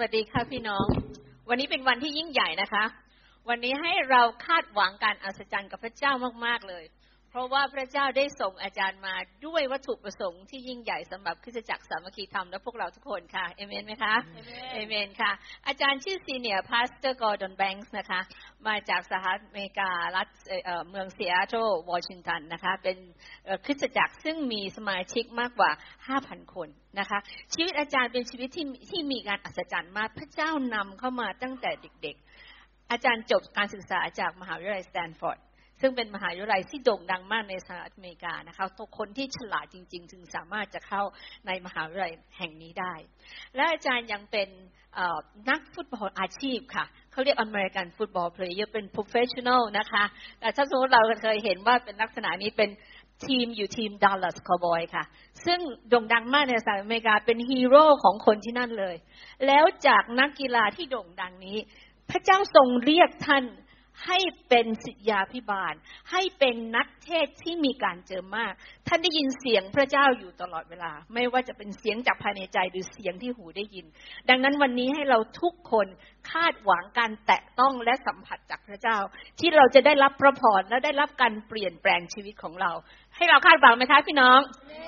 วัสดีค่ะพี่น้อง วันนี้เป็นวันที่ยิ่งใหญ่นะคะ วันนี้ให้เราคาดหวังการอัศจรรย์กับพระเจ้ามาก ๆ เลย เพราะว่าพระเจ้าได้ส่งอาจารย์มาด้วยวัตถุประสงค์ที่ยิ่งใหญ่สำหรับคริสตจักรสามัคคีธรรมและพวกเราทุกคนค่ะเอเมนไหมคะเอเมนค่ะ อาจารย์ชื่อซีเนียร์พาสเตอร์กอร์ดอนแบงค์นะคะ มาจากสหรัฐอเมริการัฐเอ่อเอ่อเมืองซีแอตเทิลวอชิงตันนะคะ เป็นเอ่อคริสตจักรซึ่งมีสมาชิกมากกว่า 5,000 คนนะคะ ชีวิตอาจารย์เป็นชีวิตที่ที่มีการอัศจรรย์มากพระเจ้านำเข้ามาตั้งแต่เด็ก ๆ อาจารย์จบการศึกษาจากมหาวิทยาลัยสแตนฟอร์ด ซึ่งเป็นมหาวิทยาลัยที่โด่งดังมากในสหรัฐอเมริกานะคะทุกคนที่ฉลาดจริง ๆ ถึงสามารถจะเข้าในมหาวิทยาลัยแห่งนี้ได้ และอาจารย์ยังเป็นเอ่อนักฟุตบอลอาชีพค่ะ เขาเรียก American Football Player เป็น professional นะคะ แต่ถ้าสมมติเราเคยเห็นว่าเป็นลักษณะนี้เป็นทีมอยู่ทีม Dallas Cowboy ค่ะ ซึ่งโด่งดังมากในสหรัฐอเมริกาเป็นฮีโร่ของคนที่นั่นเลย แล้วจากนักกีฬาที่โด่งดังนี้ พระเจ้าทรงเรียกท่านให้เป็นศิษยาพิบาล ให้เป็นนักเทศน์ที่มีการเจิมมาก ท่านได้ยินเสียงพระเจ้าอยู่ตลอดเวลา ไม่ว่าจะเป็นเสียงจากภายในใจหรือเสียงที่หูได้ยิน ดังนั้นวันนี้ให้เราทุกคนคาดหวังการแตะต้องและสัมผัสจากพระเจ้า ที่เราจะได้รับพระพรและได้รับการเปลี่ยนแปลงชีวิตของเรา ให้เราคาดหวังไหมคะพี่น้อง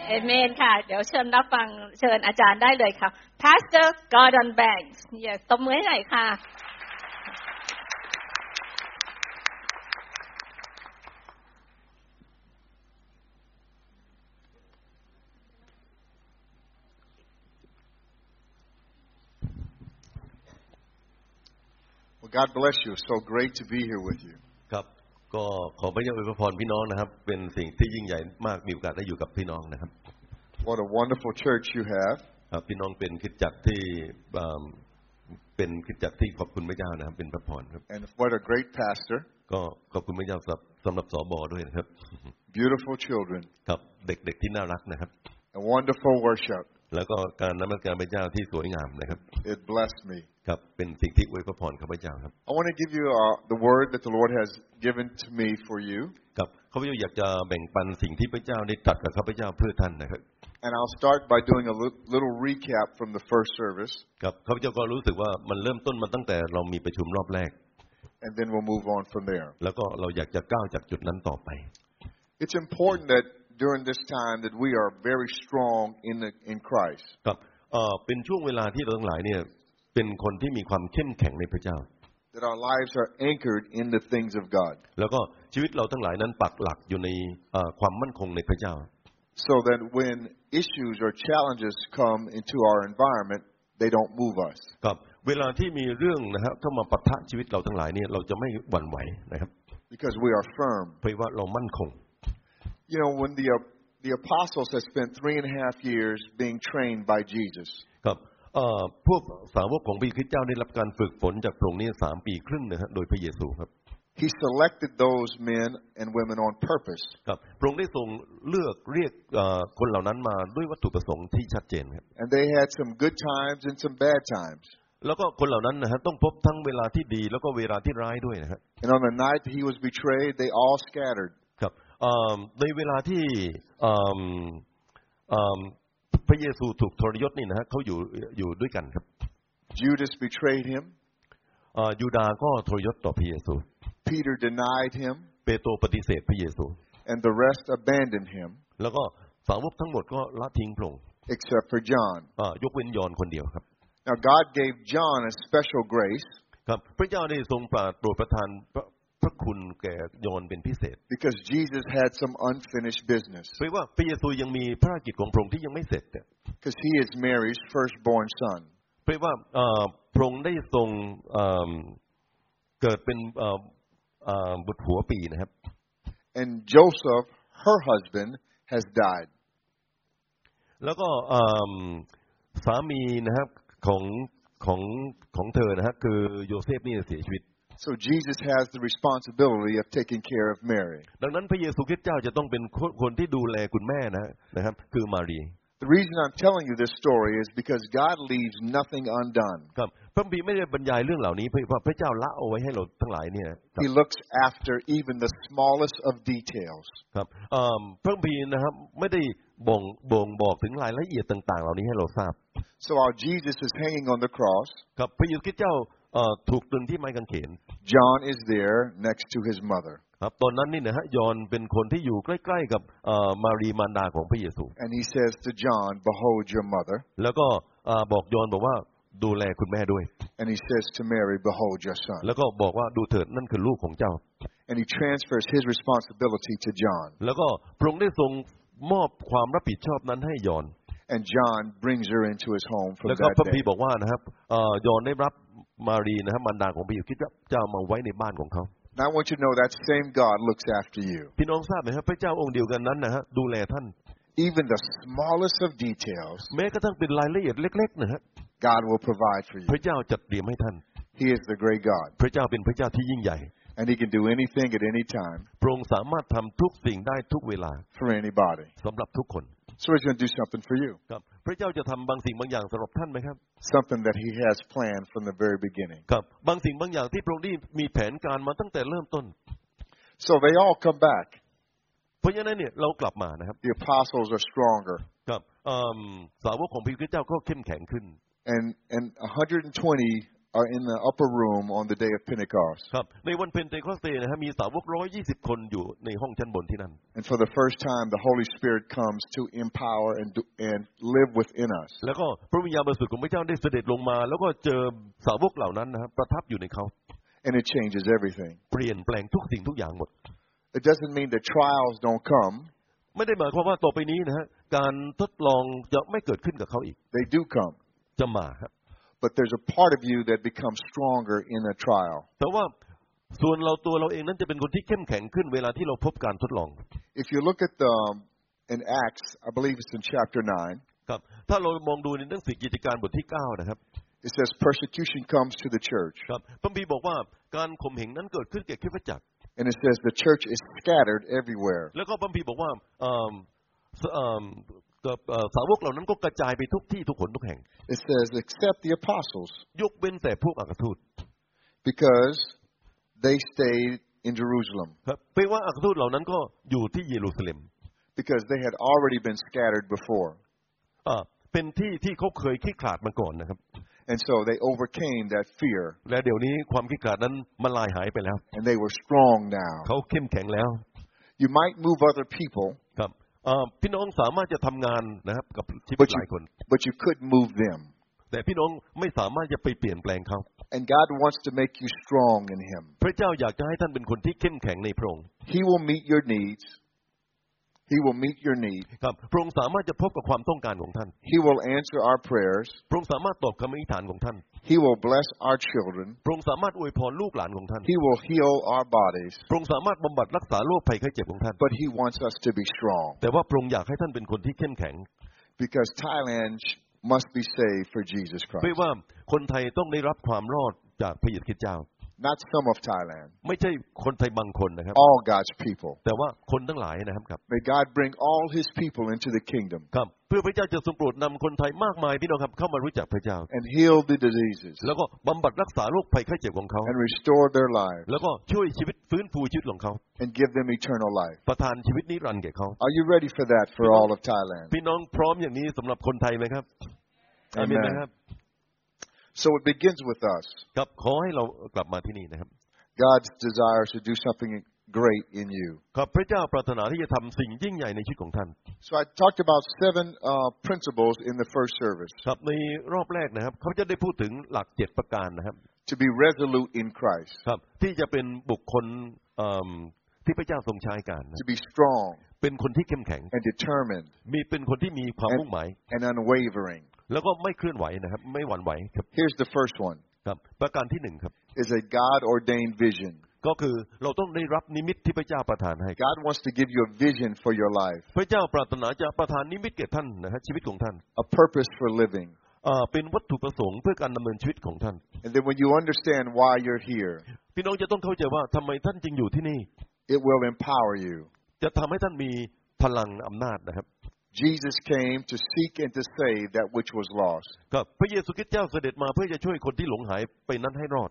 เอเมนค่ะ เดี๋ยวเชิญรับฟังเชิญอาจารย์ได้เลยค่ะ Pastor Gordon Banks yes ตบมือให้หน่อยค่ะ Well, God bless you. It's so great to be here with you. ครับก็ขอพระเจ้าอวยพรพี่น้องนะครับ เป็นสิ่งที่ยิ่งใหญ่มากมีโอกาสได้อยู่กับพี่น้องนะครับ What a wonderful church you have. อ่าพี่น้องเป็นคริดจักรที่อ่าเป็นคริดจักรที่ขอบคุณพระเจ้านะครับ เป็นพระพรครับ And what a great pastor. ก็ขอบคุณพระเจ้าสำหรับสำหรับสบด้วยนะครับ Beautiful children. ครับเด็กๆที่น่ารักนะครับ And wonderful worship. แล้วก็การนมัสการพระเจ้าที่สวยงามนะครับ It blessed me. ครับเป็นสิ่งที่อวยพรข้าพเจ้าครับ I want to give you uh, the word that the Lord has given to me for you. ครับข้าพเจ้าอยากจะแบ่งปันสิ่งที่พระเจ้าได้ตรัดกับข้าพเจ้าเพื่อท่านนะครับ And I'll start by doing a lit- little recap from the first service, ครับข้าพเจ้าก็รู้สึกว่ามันเริ่มต้นมาตั้งแต่เรามีประชุมรอบแรก and then we'll move on from there. แล้วก็เราอยากจะก้าวจากจุดนั้นต่อไป It's important that during this time that we are very strong in, the, in Christ. ครับเอ่อเป็นช่วงเวลาที่เราทั้งหลายเนี่ยเป็นคนที่มีความเข้มแข็งในพระเจ้า That our lives are anchored in the things of God. แล้วก็ชีวิตเราทั้งหลายนั้นปักหลักอยู่ในเอ่อความมั่นคงในพระเจ้า so that when issues or challenges come into our environment, they don't move us. ครับเวลาที่มีเรื่องนะครับเข้ามาปะทะชีวิตเราทั้งหลายเนี่ยเราจะไม่หวั่นไหวนะครับ because we are firm. เพราะว่าเรามั่นคง You know, when the uh, the apostles had spent three and a half years being trained by Jesus, ครับเอ่อพวกสาวกของพระคริสต์เจ้าได้รับการฝึกฝนจากพระองค์เนี่ยสามปีครึ่งนะฮะโดยพระเยซูครับ he selected those men and women on purpose ครับพระองค์ได้ทรงเลือกเรียกเอ่อคนเหล่านั้นมาด้วยวัตถุประสงค์ที่ชัดเจนครับ and they had some good times and some bad times. แล้วก็คนเหล่านั้นนะฮะต้องพบทั้งเวลาที่ดีแล้วก็เวลาที่ร้ายด้วยนะครับ And on the night that he was betrayed, they all scattered. ครับเอิ่มในเวลาที่เอิ่มเอิ่มพระเยซูถูกทรยศนี่นะฮะเขาอยู่อยู่ด้วยกันครับ Judas betrayed him. เอ่อยูดาห์ก็ทรยศต่อพระเยซู Peter denied him, เปโตรปฏิเสธพระเยซู and the rest abandoned him, แล้วก็สาวกทั้งหมดก็ละทิ้งพระองค์ except for John. เอ่อยกเว้นยอห์นคนเดียวครับ Now God gave John a special grace ครับพระเจ้าได้ทรงปราดโปรดประทานพระพระคุณแก่ยอห์นเป็นพิเศษ because Jesus had some unfinished business เพราะว่าพระเยซูยังมีภารกิจของพระองค์ที่ยังไม่เสร็จเนี่ย because he is Mary's firstborn son. เพราะว่าเอ่อพระองค์ได้ทรงเอิ่มเกิดเป็นเอิ่มเอิ่มบุตรหัวปีนะครับ And Joseph, her husband, has died. แล้วก็เอิ่มสามีนะครับของของของเธอนะฮะคือโยเซฟนี่เสียชีวิต So Jesus has the responsibility of taking care of Mary. ดังนั้นพระเยซูคริสต์เจ้าจะต้องเป็นคนคนที่ดูแลคุณแม่นะฮะนะครับ คือมารี The reason I'm telling you this story is because God leaves nothing undone. ครับพระบีร์ไม่ได้บรรยายเรื่องเหล่านี้เพราะว่าพระเจ้าละเอาไว้ให้เราทั้งหลายเนี่ยครั He บ looks after even the smallest of details. ครับเอิ่มพระบีร์นะครับไม่ได้บ่งบ่งบอกถึงรายละเอียดต่าง ๆ เหล่านี้ให้เราทราบ So while Jesus is hanging on the cross, กับพระเยซูคริสต์เจ้าเอ่อถูกตรึงที่ไม้กางเขน John is there next to his mother, ครับตอนนั้นนี่นะฮะยอห์นเป็นคนที่อยู่ใกล้ๆกับเอ่อมารีมารดาของพระเยซู and he says to John, Behold your mother. แล้วก็เอ่อบอกยอห์นบอกว่าดูแลคุณแม่ด้วย And he says to Mary, Behold your son. แล้วก็บอกว่าดูเถิดนั่นคือลูกของเจ้า And he transfers his responsibility to John. แล้วก็พระองค์ได้ทรงมอบความรับผิดชอบนั้นให้ยอห์น And John brings her into his home from แล้วก็พ that ระ day. พีร์บอกว่านะครับเอ่อยอห์นได้รับมารีนะครับมารดาของพระเยซูคริสต์เจ้ามาไว้ในบ้านของเขา Now I want you to know that same God looks after you. พี่น้องทราบไหมครับพระเจ้าองค์เดียวกันนั้นนะฮะดูแลท่าน Even the smallest of details, แม้กระทั่งเป็นรายละเอียดเล็ก ๆนะฮะ God will provide for you. พระเจ้าจัดเตรียมให้ท่าน He is the great God, พระเจ้าเป็นพระเจ้าที่ยิ่งใหญ่ and He can do anything at any time พระองค์สามารถทำทุกสิ่งได้ทุกเวลา for anybody. สำหรับทุกคน So He's going to do something for you, ครับ พระเจ้าจะทำบางสิ่งบางอย่างสำหรับท่านไหมครับ something that He has planned from the very beginning. ครับ บางสิ่งบางอย่างที่พระองค์ได้มีแผนการมาตั้งแต่เริ่มต้น So they all come back. เพราะฉะนั้นเนี่ยเรากลับมานะครับ The apostles are stronger, ครับอืมสาวกของพระคริสต์เจ้าก็เข้มแข็งขึ้น and and 120 are in the upper room on the day of Pentecost, ครับ ในวันเพนเทคอสเตนะฮะมีสาวกร้อยยี่สิบคนอยู่ในห้องชั้นบนที่นั่น and for the first time, the Holy Spirit comes to empower and do, and live within us. แล้วก็พระวิญญาณบริสุทธิ์ของพระเจ้าได้เสด็จลงมา แล้วก็เจอสาวกเหล่านั้นนะครับประทับอยู่ในเขา and it changes everything. เปลี่ยนแปลงทุกสิ่งทุกอย่างหมด It doesn't mean that trials don't come, ไม่ได้หมายความว่าต่อไปนี้นะฮะการทดลองจะไม่เกิดขึ้นกับเขาอีก they do come. จะมาครับ But there's a part of you that becomes stronger in a trial. แต่ว่าส่วนเราตัวเราเองนั้นจะเป็นคนที่เข้มแข็งขึ้นเวลาที่เราพบการทดลอง If you look at the, um, in Acts, I believe it's in chapter 9, ครับ ถ้าเรามองดูในหนังสือกิจการบทที่ 9 นะครับ it says persecution comes to the church. ครับพระบีร์บอกว่าการข่มเหงนั้นเกิดขึ้นแก่คริสตจักร And it says the church is scattered everywhere. แล้วก็พระบีร์บอกว่าเอิ่มสเอิ่มกับเอ่อสาวกเหล่านั้นก็กระจายไปทุกที่ทุกคนทุกแห่ง It says except the apostles ยกเว้นแต่พวกอักทูต because they stayed in Jerusalem ครับเพราะว่าอักทูตเหล่านั้นก็อยู่ที่เยรูซาเล็ม because they had already been scattered before. อ่าเป็นที่ที่เขาเคยขี้ขลาดมาก่อนนะครับ And so they overcame that fear และเดี๋ยวนี้ความขี้ขลาดนั้นมันลายหายไปแล้ว and they were strong now. เขาเข้มแข็งแล้ว You might move other people, ครับอ่าพี่น้องสามารถจะทำงานนะครับกับชีวิต But ห you- ลายคน but you couldn't move them. แต่พี่น้องไม่สามารถจะไปเปลี่ยนแปลงเขา And God wants to make you strong in Him. พระเจ้าอยากจะให้ท่านเป็นคนที่เข้มแข็งในพระองค์ He will meet your needs. He will meet your need. ครับพระองค์สามารถจะพบกับความต้องการของท่าน He will answer our prayers. พระองค์สามารถตอบคำอธิษฐานของท่าน He will bless our children. พระองค์สามารถอวยพรลูกหลานของท่าน He will heal our bodies. พระองค์สามารถบำบัดรักษาโรคภัยไข้เจ็บของท่าน But He wants us to be strong แต่ว่าพระองค์อยากให้ท่านเป็นคนที่เข้มแข็ง because Thailand sh- must be saved for Jesus เพื่อ Christ. ว่าคนไทยต้องได้รับความรอดจากพระเยซูคริสต์เจ้า Not some of Thailand, ไม่ใช่คนไทยบางคนนะครับ all God's people. แต่ว่าคนทั้งหลายนะครับครับ May God bring all His people into the kingdom ครับ เพื่อพระเจ้าจะทรงโปรดนำคนไทยมากมายพี่น้องครับเข้ามารู้จักพระเจ้า and heal the diseases แล้วก็บำบัดรักษาโรคภัยไข้เจ็บของเขา and restore their lives แล้วก็ช่วยชีวิตฟื้นฟูชีวิตของเขา and give them eternal life. ประทานชีวิตนิรันดร์แก่เขา Are you ready for that for all of Thailand? พี่น้องพร้อมอย่างนี้สำหรับคนไทยไหมครับอาเมน Amen. นะครับ So it begins with us. ครับขอให้เรากลับมาที่นี่นะครับ God's desire is to do something great in you. ครับพระเจ้าปรารถนาที่จะทำสิ่งยิ่งใหญ่ในชีวิตของท่าน So I talked about seven uh, principles in the first service ครับในรอบแรกนะครับ เขาจะได้พูดถึงหลักเจ็ดประการนะครับ to be resolute in Christ, ครับ ที่จะเป็นบุคคลเอิ่มที่พระเจ้าทรงใช้การนะ to be strong เป็นคนที่เข้มแข็ง and determined มีเป็นคนที่มีความ ครับ มุ่งหมาย and unwavering. แล้วก็ไม่เคลื่อนไหวนะครับ ไม่หวั่นไหวครับ Here's the first one: ครับ ประการที่หนึ่งครับ is a God-ordained vision. ก็คือเราต้องได้รับนิมิตที่พระเจ้าประทานให้ God wants to give you a vision for your life, พระเจ้าปรารถนาจะประทานนิมิตแก่ท่านนะฮะชีวิตของท่าน a purpose for living. เอ่อเป็นวัตถุประสงค์เพื่อการดำเนินชีวิตของท่าน And then when you understand why you're here, พี่น้องจะต้องเข้าใจว่าทำไมท่านจึงอยู่ที่นี่ it will empower you. จะทำให้ท่านมีพลังอำนาจนะครับ Jesus came to seek and to save that which was lost. ครับพระเยซูคริสต์เจ้าเสด็จมาเพื่อจะช่วยคนที่หลงหายไปนั้นให้รอด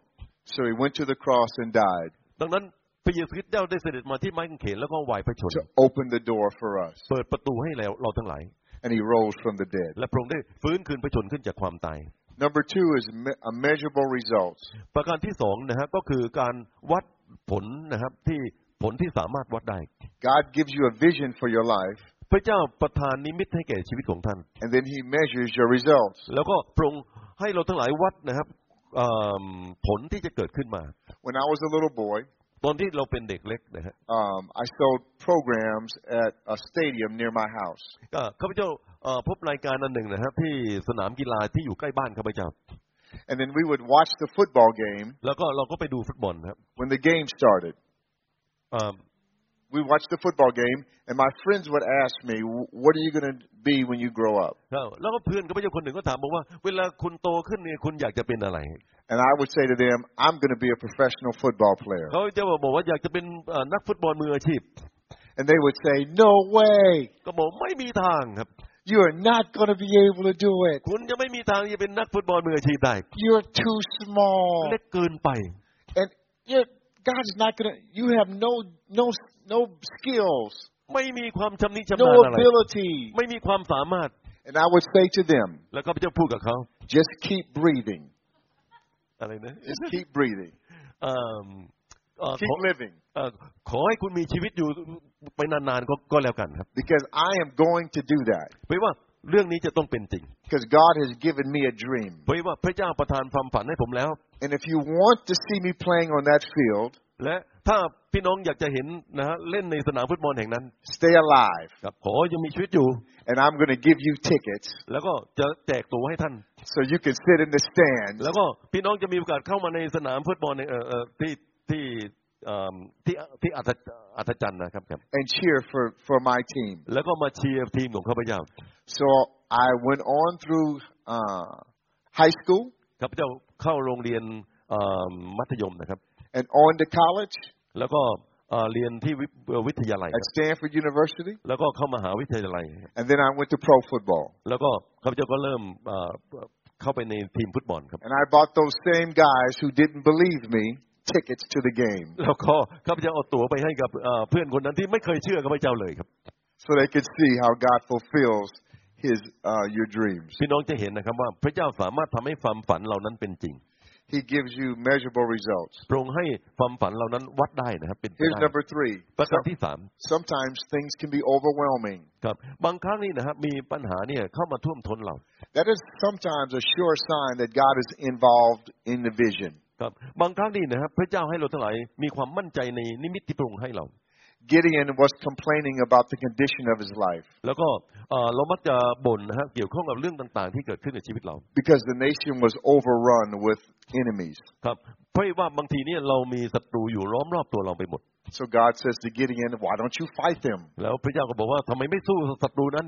So he went to the cross and died ดังนั้นพระเยซูคริสต์เจ้าได้เสด็จมาที่ไม้กางเขนแล้วก็วายพระชน to open the door for us. เปิดประตูให้แล้วเราทั้งหลาย and he rose from the dead. และพระองค์ได้ฟื้นคืนพระชนขึ้นจากความตาย Number two is me- uh, measurable results. ประการที่สองนะฮะก็คือการวัดผลนะครับที่ผลที่สามารถวัดได้ God gives you a vision for your life, พระเจ้าประทานนิมิตให้แก่ชีวิตของท่าน and then he measures your results. แล้วก็พระองค์ให้เราทั้งหลายวัดนะครับเอิ่มผลที่จะเกิดขึ้นมา When I was a little boy, ตอนที่เราเป็นเด็กเล็กนะฮะ um, I sold programs at a stadium near my house. ก็ข้าพเจ้าเอ่อพบรายการอันหนึ่งนะครับที่สนามกีฬาที่อยู่ใกล้บ้านข้าพเจ้า And then we would watch the football game แล้วก็เราก็ไปดูฟุตบอลนะครับ when the game started. เอิ่ม We watched the football game, and my friends would ask me, "Wh- What are you going to be when you grow up? แล้วแล้วก็เพื่อนข้าพเจ้าคนหนึ่งก็ถามบอกว่า เวลาคุณโตขึ้นเนี่ยคุณอยากจะเป็นอะไร And I would say to them, I'm going to be a professional football player. เขาจะบอกว่าอยากจะเป็นเอ่อนักฟุตบอลมืออาชีพ And they would say, No way! ก็บอกไม่มีทางครับ You are not going to be able to do it. คุณจะไม่มีทางที่จะเป็นนักฟุตบอลมืออาชีพได้ You're too small. เล็กเกินไป And you're, God's not going to, you have no, no, no skills, ไม่มีความชำนิชำนาญ no อะไร ability. ไม่มีความสามารถ And I would say to them, แล้วข้าพเจ้าพูดกับเขา Just keep breathing. อะไรนะ Just keep breathing. เอิ่มเอ่อ Keep ขอ living. เอ่อขอให้คุณมีชีวิตอยู่ไปนานๆก็ก็แล้วกันครับ Because I am going to do that. เพราะว่าเรื่องนี้จะต้องเป็นจริง Because God has given me a dream. เพราะว่าพระเจ้าประทานความฝันให้ผมแล้ว And if you want to see me playing on that field, และถ้าพี่น้องอยากจะเห็นนะฮะเล่นในสนามฟุตบอลแห่งนั้น stay alive. ครับขอยังมีชีวิตอยู่ And I'm going to give you tickets แล้วก็จะแจกตั๋วให้ท่าน so you can sit in the stands แล้วก็พี่น้องจะมีโอกาสเข้ามาในสนามฟุตบอลในเอ่อเอ่อที่ที่เอิ่มที่ที่อัศอัศจรรย์นะครับครับ and cheer for, for my team. แล้วก็มาเชียร์ทีมของข้าพเจ้า So I went on through uh, high school ข้าพเจ้าเข้าโรงเรียนเอิ่มมัธยมนะครับ and on to college แล้วก็เอ่อเรียนที่วิเอ่อวิทยาลัย at Stanford University. แล้วก็เข้ามหาวิทยาลัย And then I went to pro football. แล้วก็ข้าพเจ้าก็เริ่มเอ่อเข้าไปในทีมฟุตบอลครับ And I bought those same guys who didn't believe me tickets to the game แล้วก็ข้าพเจ้าเอาตั๋วไปให้กับเอ่อเพื่อนคนนั้นที่ไม่เคยเชื่อข้าพเจ้าเลยครับ so they could see how God fulfills his uh, your dreams. พี่น้องจะเห็นนะครับว่าพระเจ้าสามารถทำให้ความฝันเหล่านั้นเป็นจริง He gives you measurable results. พระองค์ให้ความฝันเหล่านั้นวัดได้นะครับ เป็นไป Here's ได้ number three. ประการที่สาม Sometimes things can be overwhelming. ครับ บางครั้งนี่นะครับมีปัญหาเนี่ยเข้ามาท่วมท้นเรา That is sometimes a sure sign that God is involved in the vision. ครับบางครั้งนี่นะครับพระเจ้าให้เราทั้งหลายมีความมั่นใจในนิมิตที่พระองค์ให้เรา Gideon was complaining about the condition of his life แล้วก็เอ่อเรามักจะบ่นนะครับเกี่ยวข้องกับเรื่องต่างๆ ที่เกิดขึ้นในชีวิตเรา because the nation was overrun with enemies. ครับเพราะว่าบางทีเนี่ยเรามีศัตรูอยู่ล้อมรอบตัวเราไปหมด So God says to Gideon, Why don't you fight them? แล้วพระเจ้าก็บอกว่าทำไมไม่สู้ศัตรูนั้น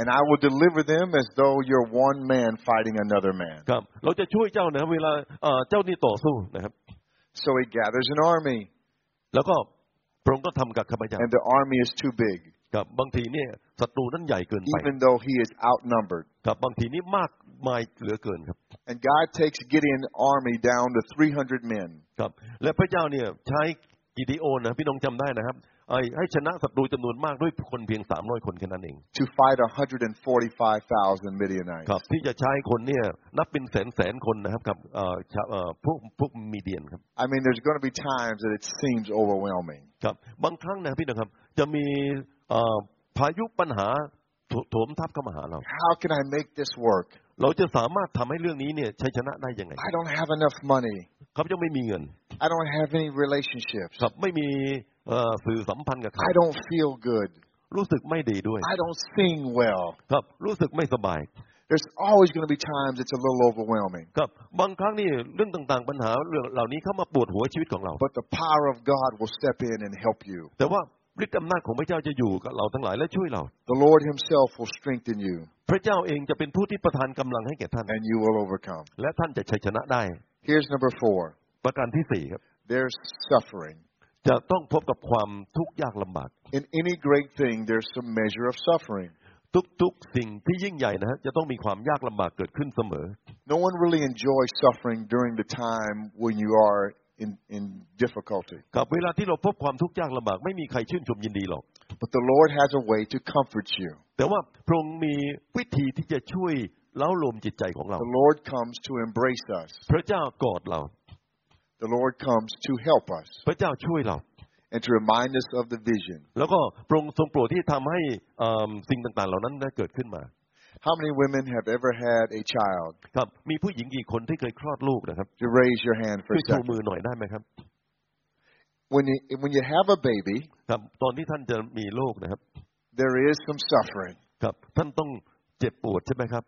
And I will deliver them as though you're one man fighting another man. ครับ เราจะช่วยเจ้านะครับเวลาเอ่อเจ้านี่ต่อสู้นะครับ So he gathers an army, แล้วก็พระองค์ก็ทำกับข้าพเจ้า and the army is too big, ครับ บางทีเนี่ยศัตรูนั้นใหญ่เกินไป even though he is outnumbered. ครับบางทีนี่มากมายเหลือเกินครับ And God takes Gideon's army down to 300 men. ครับ และพระเจ้าเนี่ยใช้กิดิโอนนะพี่น้องจำได้นะครับไอ้ให้ชนะศัตรูจำนวนมากด้วยคนเพียงสามร้อยคนแค่นั้นเอง to fight 145,000 Midianites. ครับ ที่จะใช้คนเนี่ยนับเป็นแสนแสนๆคนนะครับกับเอ่อชาวเอ่อพวกพวกมีเดียนครับ I mean, there's going to be times that it seems overwhelming. ครับบางครั้งนะพี่นะครับ จะมีเอ่อพายุปัญหาโถโถมทับเข้ามาหาเรา How can I make this work? เราจะสามารถทำให้เรื่องนี้เนี่ยชัยชนะได้ยังไง I don't have enough money. ครับยังไม่มีเงิน I don't have any relationships. ครับไม่มีเอ่อสื่อสัมพันธ์กับใคร I don't feel good. รู้สึกไม่ดีด้วย I don't sing well. ครับรู้สึกไม่สบาย There's always going to be times it's a little overwhelming. ครับบางครั้งนี่เรื่องต่างๆปัญหาเรื่องเหล่านี้เข้ามาปวดหัวชีวิตของเรา But the power of God will step in and help you. แต่ว่าฤทธิ์อำนาจของพระเจ้าจะอยู่กับเราทั้งหลายและช่วยเรา The Lord Himself will strengthen you พระเจ้าเองจะเป็นผู้ที่ประทานกำลังให้แก่ท่าน and you will overcome. และท่านจะชัยชนะได้ Here's number four ประการที่สี่ครับ there's suffering. จะต้องพบกับความทุกข์ยากลำบาก In any great thing, there's some measure of suffering. ทุกๆ สิ่งที่ยิ่งใหญ่นะฮะจะต้องมีความยากลำบากเกิดขึ้นเสมอ No one really enjoys suffering during the time when you are in, in difficulty. กับเวลาที่เราพบความทุกข์ยากลำบากไม่มีใครชื่นชมยินดีหรอก But the Lord has a way to comfort you. แต่ว่าพระองค์มีวิธีที่จะช่วยเล้าโลมจิตใจของเรา The Lord comes to embrace us. พระเจ้ากอดเรา The Lord comes to help us พระเจ้าช่วยเรา and to remind us of the vision. แล้วก็พระองค์ทรงโปรดที่ทำให้เอิ่มสิ่งต่างๆ เหล่านั้นได้เกิดขึ้นมา How many women have ever had a child? ครับ มีผู้หญิงกี่คนที่เคยคลอดลูกนะครับ You raise your hand for ช่ a วยชู second. มือหน่อยได้ไหมครับ When you, when you have a baby, ครับ ตอนที่ท่านจะมีลูกนะครับ there is some suffering ครับ ท่านต้องเจ็บปวดใช่ไหมครับ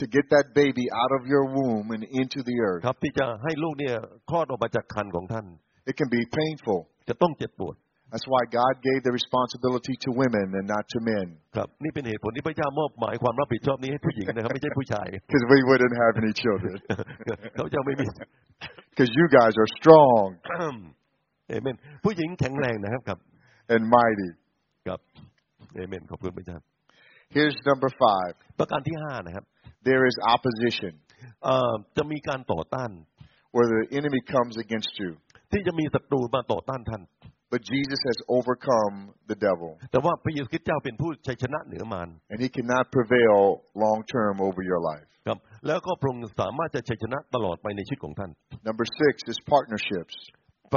to get that baby out of your womb and into the earth. ครับ ที่จะให้ลูกเนี่ยคลอดออกมาจากคันของท่าน It can be painful. จะต้องเจ็บปวด That's why God gave the responsibility to women and not to men, ครับ นี่เป็นเหตุผลที่พระเจ้ามอบหมายความรับผิดชอบนี้ให้ผู้หญิงนะครับ ไม่ใช่ผู้ชาย because we wouldn't have any children. เขาจะไม่มี Because you guys are strong เอเมน ผู้หญิงแข็งแรงนะครับครับ and mighty. ครับเอเมนขอบคุณพระเจ้า Here's number five. ประการที่ห้านะครับ There is opposition เอ่อจะมีการต่อต้าน where the enemy comes against you, ที่จะมีศัตรูมาต่อต้านท่าน but Jesus has overcome the devil, แต่ว่าพระเยซูคริสต์เจ้าเป็นผู้ชัยชนะเหนือมาร and he cannot prevail long term over your life. ครับ แล้วก็พระองค์สามารถจะชัยชนะตลอดไปในชีวิตของท่าน Number six is partnerships,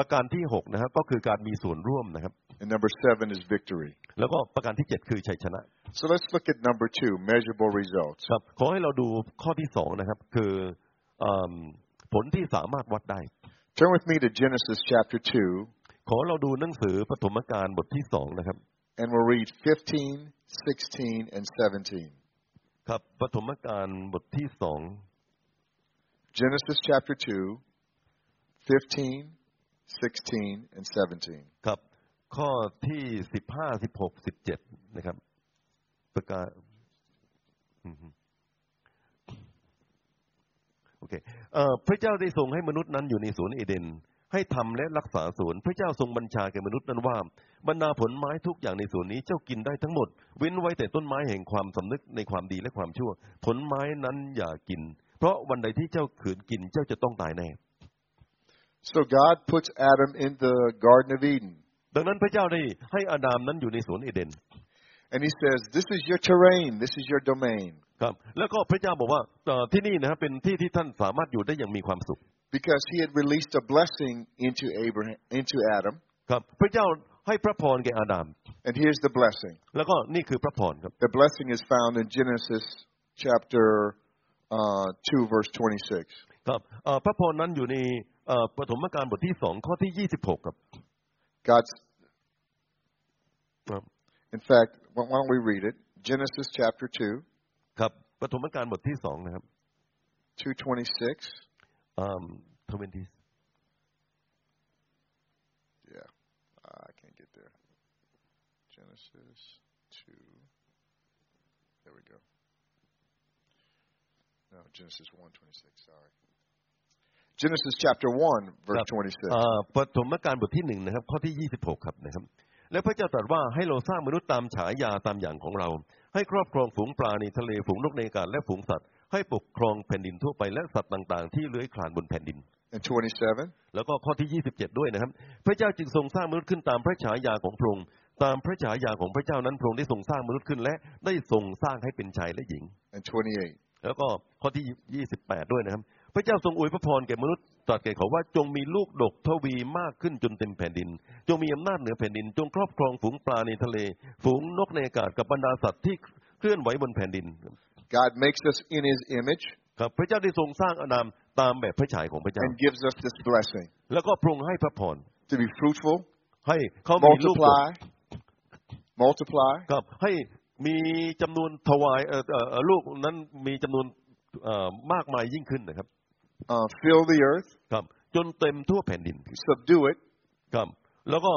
ประการที่หกนะครับ ก็คือการมีส่วนร่วมนะครับ and number seven is victory. แล้วก็ประการที่เจ็ดคือชัยชนะ So let's look at number two, measurable results. ครับ ขอให้เราดูข้อที่สองนะครับ คือเอมผลที่สามารถวัดได้ Turn with me to Genesis chapter 2, ขอเราดูหนังสือปฐมกาลบทที่สองนะครับ and we'll read 15, 16, and 17. ครับปฐมกาลบทที่สอง Genesis chapter 2, 15, 16, and 17. ครับ ข้อที่สิบห้าสิบหกสิบเจ็ดนะครับ ประกาศอืมฮึโอเคเอ่อพระเจ้าได้ทรงให้มนุษย์นั้นอยู่ในสวนเอเดน ให้ทำและรักษาสวน พระเจ้าทรงบัญชาแก่มนุษย์นั้นว่าบรรดาผลไม้ทุกอย่างในสวนนี้เจ้ากินได้ทั้งหมด เว้นไว้แต่ต้นไม้แห่งความสำนึกในความดีและความชั่ว ผลไม้นั้นอย่ากิน เพราะวันใดที่เจ้าขืนกินเจ้าจะต้องตายแน่ So God puts Adam in the Garden of Eden, ดังนั้นพระเจ้าได้ให้อาดามนั้นอยู่ในสวนเอเดน and he says, This is your terrain, this is your domain. ครับแล้วก็พระเจ้าบอกว่าเอ่อที่นี่นะครับเป็นที่ที่ท่านสามารถอยู่ได้อย่างมีความสุข Because he had released a blessing into Abraham into Adam, ครับ พระเจ้าให้พระพรแก่อาดาม and here's the blessing. แล้วก็นี่คือพระพรครับ The blessing is found in Genesis chapter uh, two, verse twenty-six. ครับเอ่อพระพรนั้นอยู่ในเอ่อปฐมกาลบทที่สองข้อที่ยี่สิบหกครับ God's ครับ in fact, why why don't we read it? Genesis chapter two, ครับปฐมกาลบทที่สองนะครับ two twenty-six. ทเวนที Yeah, uh, I can't get there. Genesis 2. There we go. No, Genesis 1 26, sorry. Genesis chapter 1, verse ครับ 26. อ่าปฐมกาลบทที่หนึ่งนะครับ ข้อที่ยี่สิบหกครับนะครับ และพระเจ้าตรัสว่าให้เราสร้างมนุษย์ตามฉายาตามอย่างของเรา ให้ครอบครองฝูงปลาในทะเลฝูงนกในอากาศและฝูงสัตว์ ให้ปกครองแผ่นดินทั่วไปและสัตว์ต่างๆ ที่เลื้อยคลานบนแผ่นดิน and 27. แล้วก็ข้อที่ 27 ด้วยนะครับ พระเจ้าจึงทรงสร้างมนุษย์ขึ้นตามพระฉายาของพระองค์ตามพระฉายาของพระเจ้านั้นพระองค์ได้ทรงสร้างมนุษย์ขึ้น และได้ทรงสร้างให้เป็นชายและหญิง and 28. แล้วก็ข้อที่ 28 ด้วยนะครับ พระเจ้าทรงอวยพระพรแก่มนุษย์ตรัสแก่เขาว่าจงมีลูกดกทวีมากขึ้นจนเต็มแผ่นดิน จงมีอำนาจเหนือแผ่นดิน จงครอบครองฝูงปลาในทะเล ฝูงนกในอากาศกับบรรดาสัตว์ที่เคลื่อนไหวบนแผ่นดิน God makes us in his image ครับ พระเจ้าได้ทรงสร้างอานามตามแบบพระฉายของพระเจ้า and gives us this blessing แล้วก็พระองค์ให้พระพร to be fruitful, ให้เขามีลูกดก multiply, multiply, ครับให้มีจำนวนถวายเอ่อเอ่อเอ่อลูกนั้นมีจำนวนเอ่อมากมายยิ่งขึ้นนะครับ uh, fill the earth, ครับ จนเต็มทั่วแผ่นดิน subdue it, ครับ แล้วก็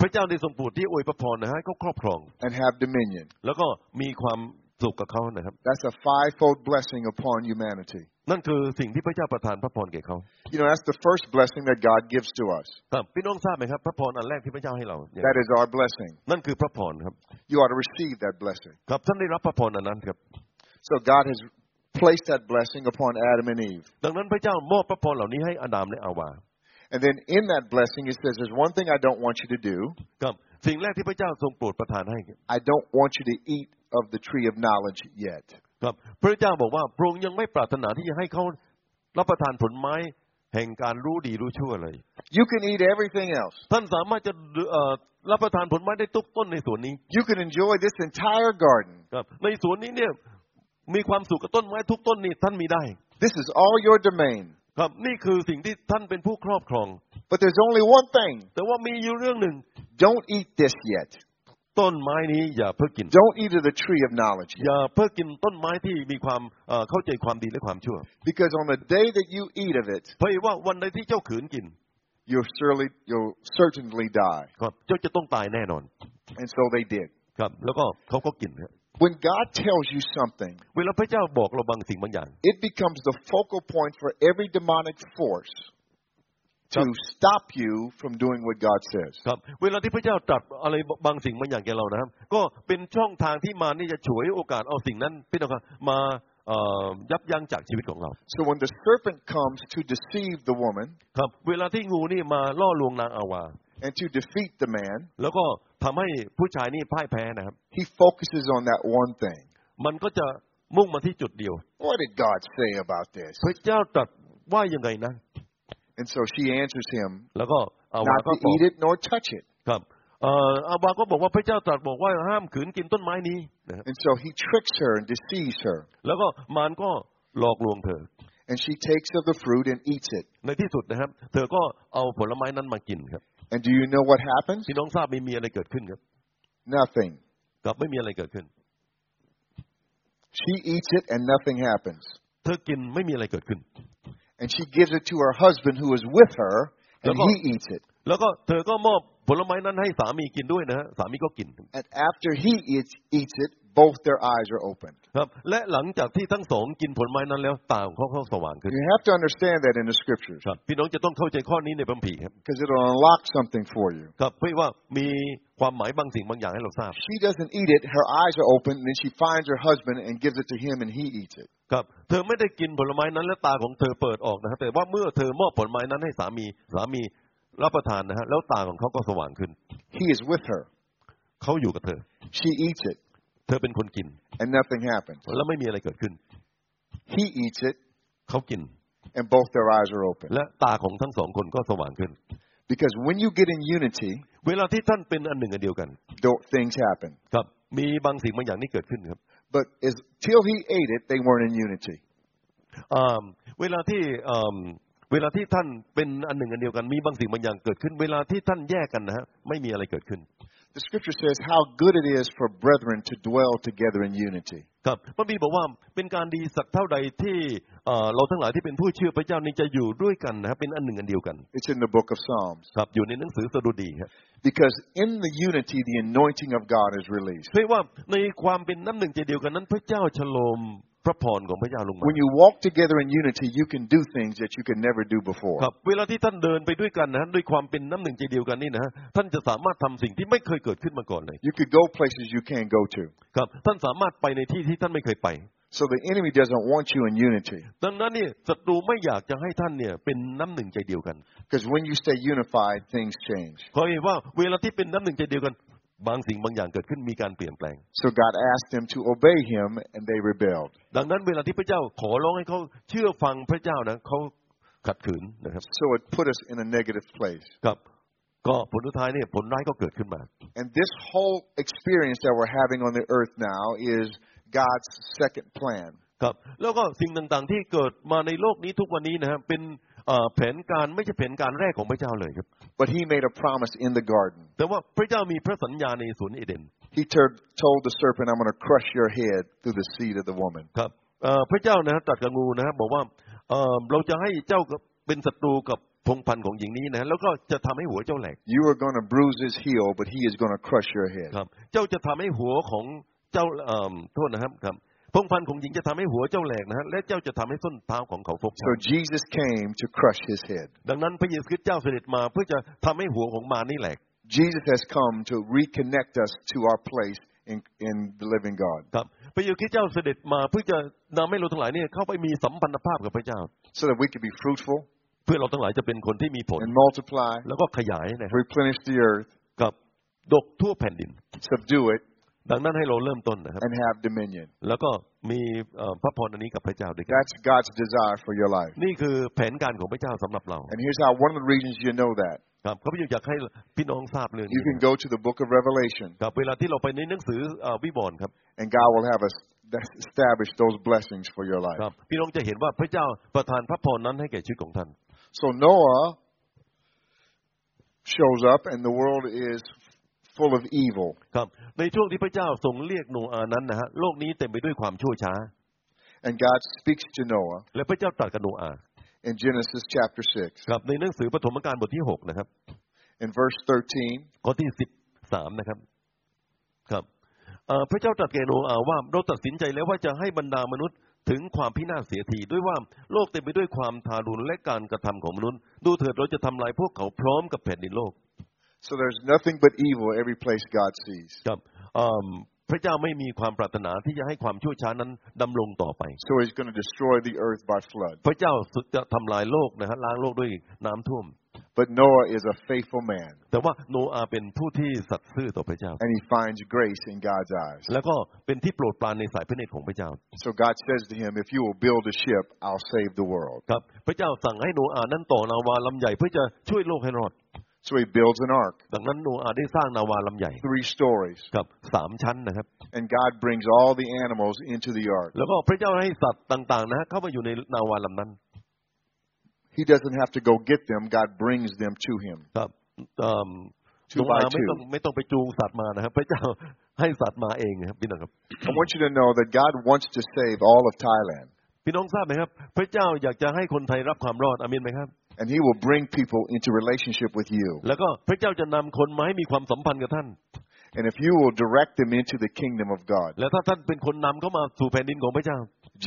พระเจ้าได้ทรงโปรดที่อวยพระพรนะฮะให้เขาครอบครอง and have dominion. แล้วก็มีความสุขกับเขานะครับ That's a fivefold blessing upon humanity. นั่นคือสิ่งที่พระเจ้าประทานพระพรแก่เขา You know, that's the first blessing that God gives to us. ครับพี่น้องทราบไหมครับ พระพรอันแรกที่พระเจ้าให้เราเนี่ย That is our blessing. นั่นคือพระพรครับ You ought to receive that blessing. ครับท่านได้รับพระพรอันนั้นครับ So God has placed that blessing upon Adam and Eve. ดังนั้นพระเจ้ามอบพระพรเหล่านี้ให้อาดามและอาวา And then in that blessing, it says, There's one thing I don't want you to do, ครับ สิ่งแรกที่พระเจ้าทรงโปรดประทานให้ I don't want you to eat of the tree of knowledge yet. ครับพระเจ้าบอกว่าพระองค์ยังไม่ปรารถนาที่จะให้เขารับประทานผลไม้ แห่งการรู้ดีรู้ชั่วเลย You can eat everything else. ท่านสามารถจะเอ่อรับประทานผลไม้ได้ทุกต้นในสวนนี้ You can enjoy this entire garden. ครับในสวนนี้เนี่ยมีความสุขกับต้นไม้ทุกต้นนี่ท่านมีได้ This is all your domain. ครับนี่คือสิ่งที่ท่านเป็นผู้ครอบครอง But there's only one thing. แต่ว่ามีอยู่เรื่องหนึ่ง Don't eat this yet. ต้นไม้นี้อย่าเพิ่งกิน Don't eat of the tree of knowledge yet. อย่าเพิ่งกินต้นไม้ที่มีความเอ่อเข้าใจความดีและความชั่ว Because on the day that you eat of it, เพราะว่าวันใดที่เจ้าขืนกิน you'll surely you'll certainly die. ครับเจ้าจะต้องตายแน่นอน And so they did. ครับ แล้วก็เขาก็กินครับ When God tells you something, เวลาพระเจ้าบอกเราบางสิ่งบางอย่าง it becomes the focal point for every demonic force to Yep. stop you from doing what God says. ครับ เวลาที่พระเจ้าตรัสอะไรบางสิ่งบางอย่างแก่เรานะครับ ก็เป็นช่องทางที่มารนี่จะฉวยโอกาสเอาสิ่งนั้นพี่น้องครับมาเอ่อยับยั้งจากชีวิตของเรา So when the serpent comes to deceive the woman ครับ เวลาที่งูนี่มาล่อลวงนางอาวา and to defeat the man, แล้วก็ทำให้ผู้ชายนี่พ่ายแพ้นะครับ he focuses on that one thing. มันก็จะมุ่งมาที่จุดเดียว What did God say about this? พระเจ้าตรัสว่ายังไงนะ And so she answers him แล้วก็อา not วา to ก็ตอบ eat it nor touch it. ครับเอ่ออาวาก็บอกว่าพระเจ้าตรัสบอกว่าห้ามขืนกินต้นไม้นี้นะครับ And so he tricks her and deceives her. แล้วก็มารก็หลอกลวงเธอ And she takes of the fruit and eats it. ในที่สุดนะครับ เธอก็เอาผลไม้นั้นมากินครับ And do you know what happens? พี่น้องทราบไม่มีอะไรเกิดขึ้นครับ Nothing. ครับไม่มีอะไรเกิดขึ้น She eats it and nothing happens. เธอกินไม่มีอะไรเกิดขึ้น And she gives it to her husband who is with her, and Come on. he eats it. แล้วก็เธอก็มอบผลไม้นั้นให้สามีกินด้วยนะฮะสามีก็กิน And after he eats, eats it, both their eyes are opened. ครับ และหลังจากที่ทั้งสองกินผลไม้นั้นแล้วตาของเขาก็สว่างขึ้น You have to understand that in the scriptures ครับ พี่น้องจะต้องเข้าใจข้อนี้ในพระคัมภีร์ครับ because it'll unlock something for you. ครับเพื่อว่ามีความหมายบางสิ่งบางอย่างให้เราทราบ She doesn't eat it, her eyes are open, and then she finds her husband and gives it to him, and he eats it. ครับ เธอไม่ได้กินผลไม้นั้นและตาของเธอเปิดออกนะครับแต่ว่าเมื่อเธอมอบผลไม้นั้นให้สามีสามีรับประทานนะฮะแล้วตาของเขาก็สว่างขึ้น He is with her. เขาอยู่กับเธอ She eats it, เธอเป็นคนกิน and nothing happens. แล้วไม่มีอะไรเกิดขึ้น He eats it, เขากิน and both their eyes are open. และตาของทั้งสองคนก็สว่างขึ้น Because when you get in unity, เวลาที่ท่านเป็นอันหนึ่งอันเดียวกัน tho- things happen. ครับ มีบางสิ่งบางอย่างที่เกิดขึ้นครับ But as, till he ate it, they weren't in unity. อ่าเวลาที่อ่าเวลาที่ท่านเป็นอันหนึ่งอันเดียวกัน มีบางสิ่งบางอย่างเกิดขึ้น เวลาที่ท่านแยกกันนะฮะไม่มีอะไรเกิดขึ้น The scripture says how good it is for brethren to dwell together in unity. ครับพระบีร์บอกว่าเป็นการดีสักเท่าใดที่เอ่อเราทั้งหลายที่เป็นผู้เชื่อพระเจ้านี้จะอยู่ด้วยกันนะครับเป็นอันหนึ่งอันเดียวกัน It's in the book of Psalms. ครับอยู่ในหนังสือสดุดีครับ Because in the unity, the anointing of God is released. เรียกว่าในความเป็นน้ำหนึ่งใจเดียวกันนั้น พระเจ้าฉโลมพระพรของพระเจ้าลงมา When you walk together in unity, you can do things that you could never do before. ครับเวลาที่ท่านเดินไปด้วยกันนะฮะด้วยความเป็นน้ำหนึ่งใจเดียวกันนี่นะฮะท่านจะสามารถทำสิ่งที่ไม่เคยเกิดขึ้นมาก่อนเลย You could go places you can't go to. ครับท่านสามารถไปในที่ที่ท่านไม่เคยไป So the enemy doesn't want you in unity. ดังนั้นเนี่ยศัตรูไม่อยากจะให้ท่านเนี่ยเป็นน้ำหนึ่งใจเดียวกัน Because when you stay unified, things change. เพราะเห็นว่าเวลาที่เป็นน้ำหนึ่งใจเดียวกัน บางสิ่งบางอย่างเกิดขึ้นมีการเปลี่ยนแปลง So God asked them to obey him, and they rebelled. ดังนั้นเวลาที่พระเจ้าขอร้องให้เขาเชื่อฟังพระเจ้านะเขาขัดขืนนะครับ So it put us in a negative place. ครับ ก็ผลสุดท้ายเนี่ยผลร้ายก็เกิดขึ้นมา And this whole experience that we're having on the earth now is God's second plan. ครับ แล้วก็สิ่งต่างๆที่เกิดมาในโลกนี้ทุกวันนี้นะครับเป็นเอ่อแผนการไม่ใช่แผนการแรกของพระเจ้าเลยครับ But he made a promise in the garden. แต่ว่าพระเจ้ามีพระสัญญาในสวนเอเดน He tur- told the serpent, I'm going to crush your head through the seed of the woman. ครับเอ่อพระเจ้านะฮะตรัดกับงูนะครับบอกว่าเอ่อเราจะให้เจ้าเป็นศัตรูกับพงพันธุ์ของหญิงนี้นะฮะแล้วก็จะทำให้หัวเจ้าแหลก You are going to bruise his heel, but he is going to crush your head. ครับ เจ้าจะทำให้หัวของเจ้าเอ่อโทษนะครับครับพงพันธุ์ของหญิงจะทำให้หัวเจ้าแหลกนะฮะและเจ้าจะทำให้ส้นเท้าของเขาฟก So Jesus came to crush his head. ดังนั้นพระเยซูคริสต์เจ้าเสด็จมาเพื่อจะทำให้หัวของมารนี่แหลก Jesus has come to reconnect us to our place in, in the living God ครับ พระเยซูคริสต์เจ้าเสด็จมาเพื่อจะนำให้เราทั้งหลายเนี่ยเข้าไปมีสัมพันธภาพกับพระเจ้า so that we could be fruitful เพื่อเราทั้งหลายจะเป็นคนที่มีผล and multiply, แล้วก็ขยายนะครับ replenish the earth, ครับ ดกทั่วแผ่นดิน subdue it, ดังนั้นให้เราเริ่มต้นนะครับ and have dominion. แล้วก็มีเอ่อพระพรอันนี้กับพระเจ้าด้วยกัน That's God's desire for your life. นี่คือแผนการของพระเจ้าสำหรับเรา And here's how one of the reasons you know that. ครับเขาพระเจ้าอยากให้พี่น้องทราบเรื่อง You นี้ can go to the book of Revelation, ครับเวลาที่เราไปในหนังสือเอ่อวิบวรณ์ครับ and God will have us that's establish those blessings for your life. ครับ พี่น้องจะเห็นว่าพระเจ้าประทานพระพรนั้นให้แก่ชีวิตของท่าน So Noah shows up, and the world is full of evil. ครับ ในช่วงที่พระเจ้าทรงเรียกโนอาห์นั้นนะฮะโลกนี้เต็มไปด้วยความชั่วช้า And God speaks to Noah และพระเจ้าตรัสกับโนอาห์ in Genesis chapter 6. ครับในหนังสือปฐมกาลบทที่หกนะครับ In verse 13, ข้อที่สิบสามนะครับ ครับเอ่อพระเจ้าตรัสแกโนอาห์ว่าเราตัดสินใจแล้วว่าจะให้บรรดามนุษย์ถึงความพินาศเสียทีด้วยว่าโลกเต็มไปด้วยความทารุณและการกระทำของมนุษย์ ดูเถิดเราจะทำลายพวกเขาพร้อมกับแผ่นดินโลก So there's nothing but evil every place God sees. ครับเอิ่มพระเจ้าไม่มีความปรารถนาที่จะให้ความชั่วช้านั้นดำรงต่อไป So he's going to destroy the earth by flood. พระเจ้าจะทำลายโลกนะฮะล้างโลกด้วยน้ำท่วม But Noah is a faithful man, แต่ว่าโนอาห์เป็นผู้ที่สัตย์ซื่อต่อพระเจ้า and he finds grace in God's eyes. แล้วก็เป็นที่โปรดปรานในสายพระเนตรของพระเจ้า So God says to him, If you will build a ship, I'll save the world. ครับพระเจ้าสั่งให้โนอาห์นั้นต่อนาวาลำใหญ่เพื่อจะช่วยโลกให้รอด So he builds an ark, ดังนั้นโนอาห์ได้สร้างนาวาลำใหญ่ three stories, กับสามชั้นนะครับ and God brings all the animals into the ark. แล้วก็พระเจ้าให้สัตว์ต่างๆนะฮะเข้ามาอยู่ในนาวาลำนั้น He doesn't have to go get them, God brings them to him. ครับเอิ่ม Two โน by อาห์ไม่ต้อง two. ไม่ต้องไปจูงสัตว์มานะครับ พระเจ้าให้สัตว์มาเองนะครับพี่น้องครับ I want you to know that God wants to save all of Thailand, พี่น้องทราบไหมครับ พระเจ้าอยากจะให้คนไทยรับความรอดอาเมนไหมครับ and he will bring people into relationship with you. แล้วก็พระเจ้าจะนำคนมาให้มีความสัมพันธ์กับท่าน And if you will direct them into the kingdom of God, และถ้าท่านเป็นคนนำเข้ามาสู่แผ่นดินของพระเจ้า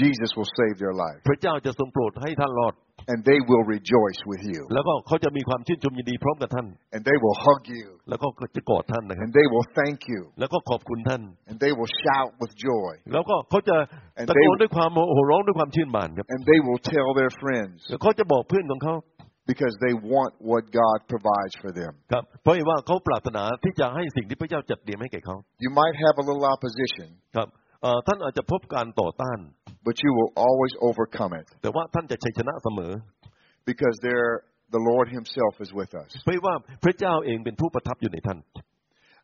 Jesus will save their life. พระเจ้าจะทรงโปรดให้ท่านรอด and they will rejoice with you, แล้วก็เขาจะมีความชื่นชมยินดีพร้อมกับท่าน and they will hug you, แล้วก็จะกอดท่านนะครับ and they will thank you, แล้วก็ขอบคุณท่าน and they will shout with joy, แล้วก็เขาจะตะโกนด้วยความโห่ร้องด้วยความชื่นบานครับ and they will tell their friends แล้วเขาจะบอกเพื่อนของเขา because they want what God provides for them. ครับ เพราะเห็นว่าเขาปรารถนาที่จะให้สิ่งที่พระเจ้าจัดเตรียมให้แก่เขา You might have a little opposition, ครับเอ่อท่านอาจจะพบการต่อต้าน but you will always overcome it แต่ว่าท่านจะชัยชนะเสมอ because there the Lord Himself is with us. เพราะว่าพระเจ้าเองเป็นผู้ประทับอยู่ในท่าน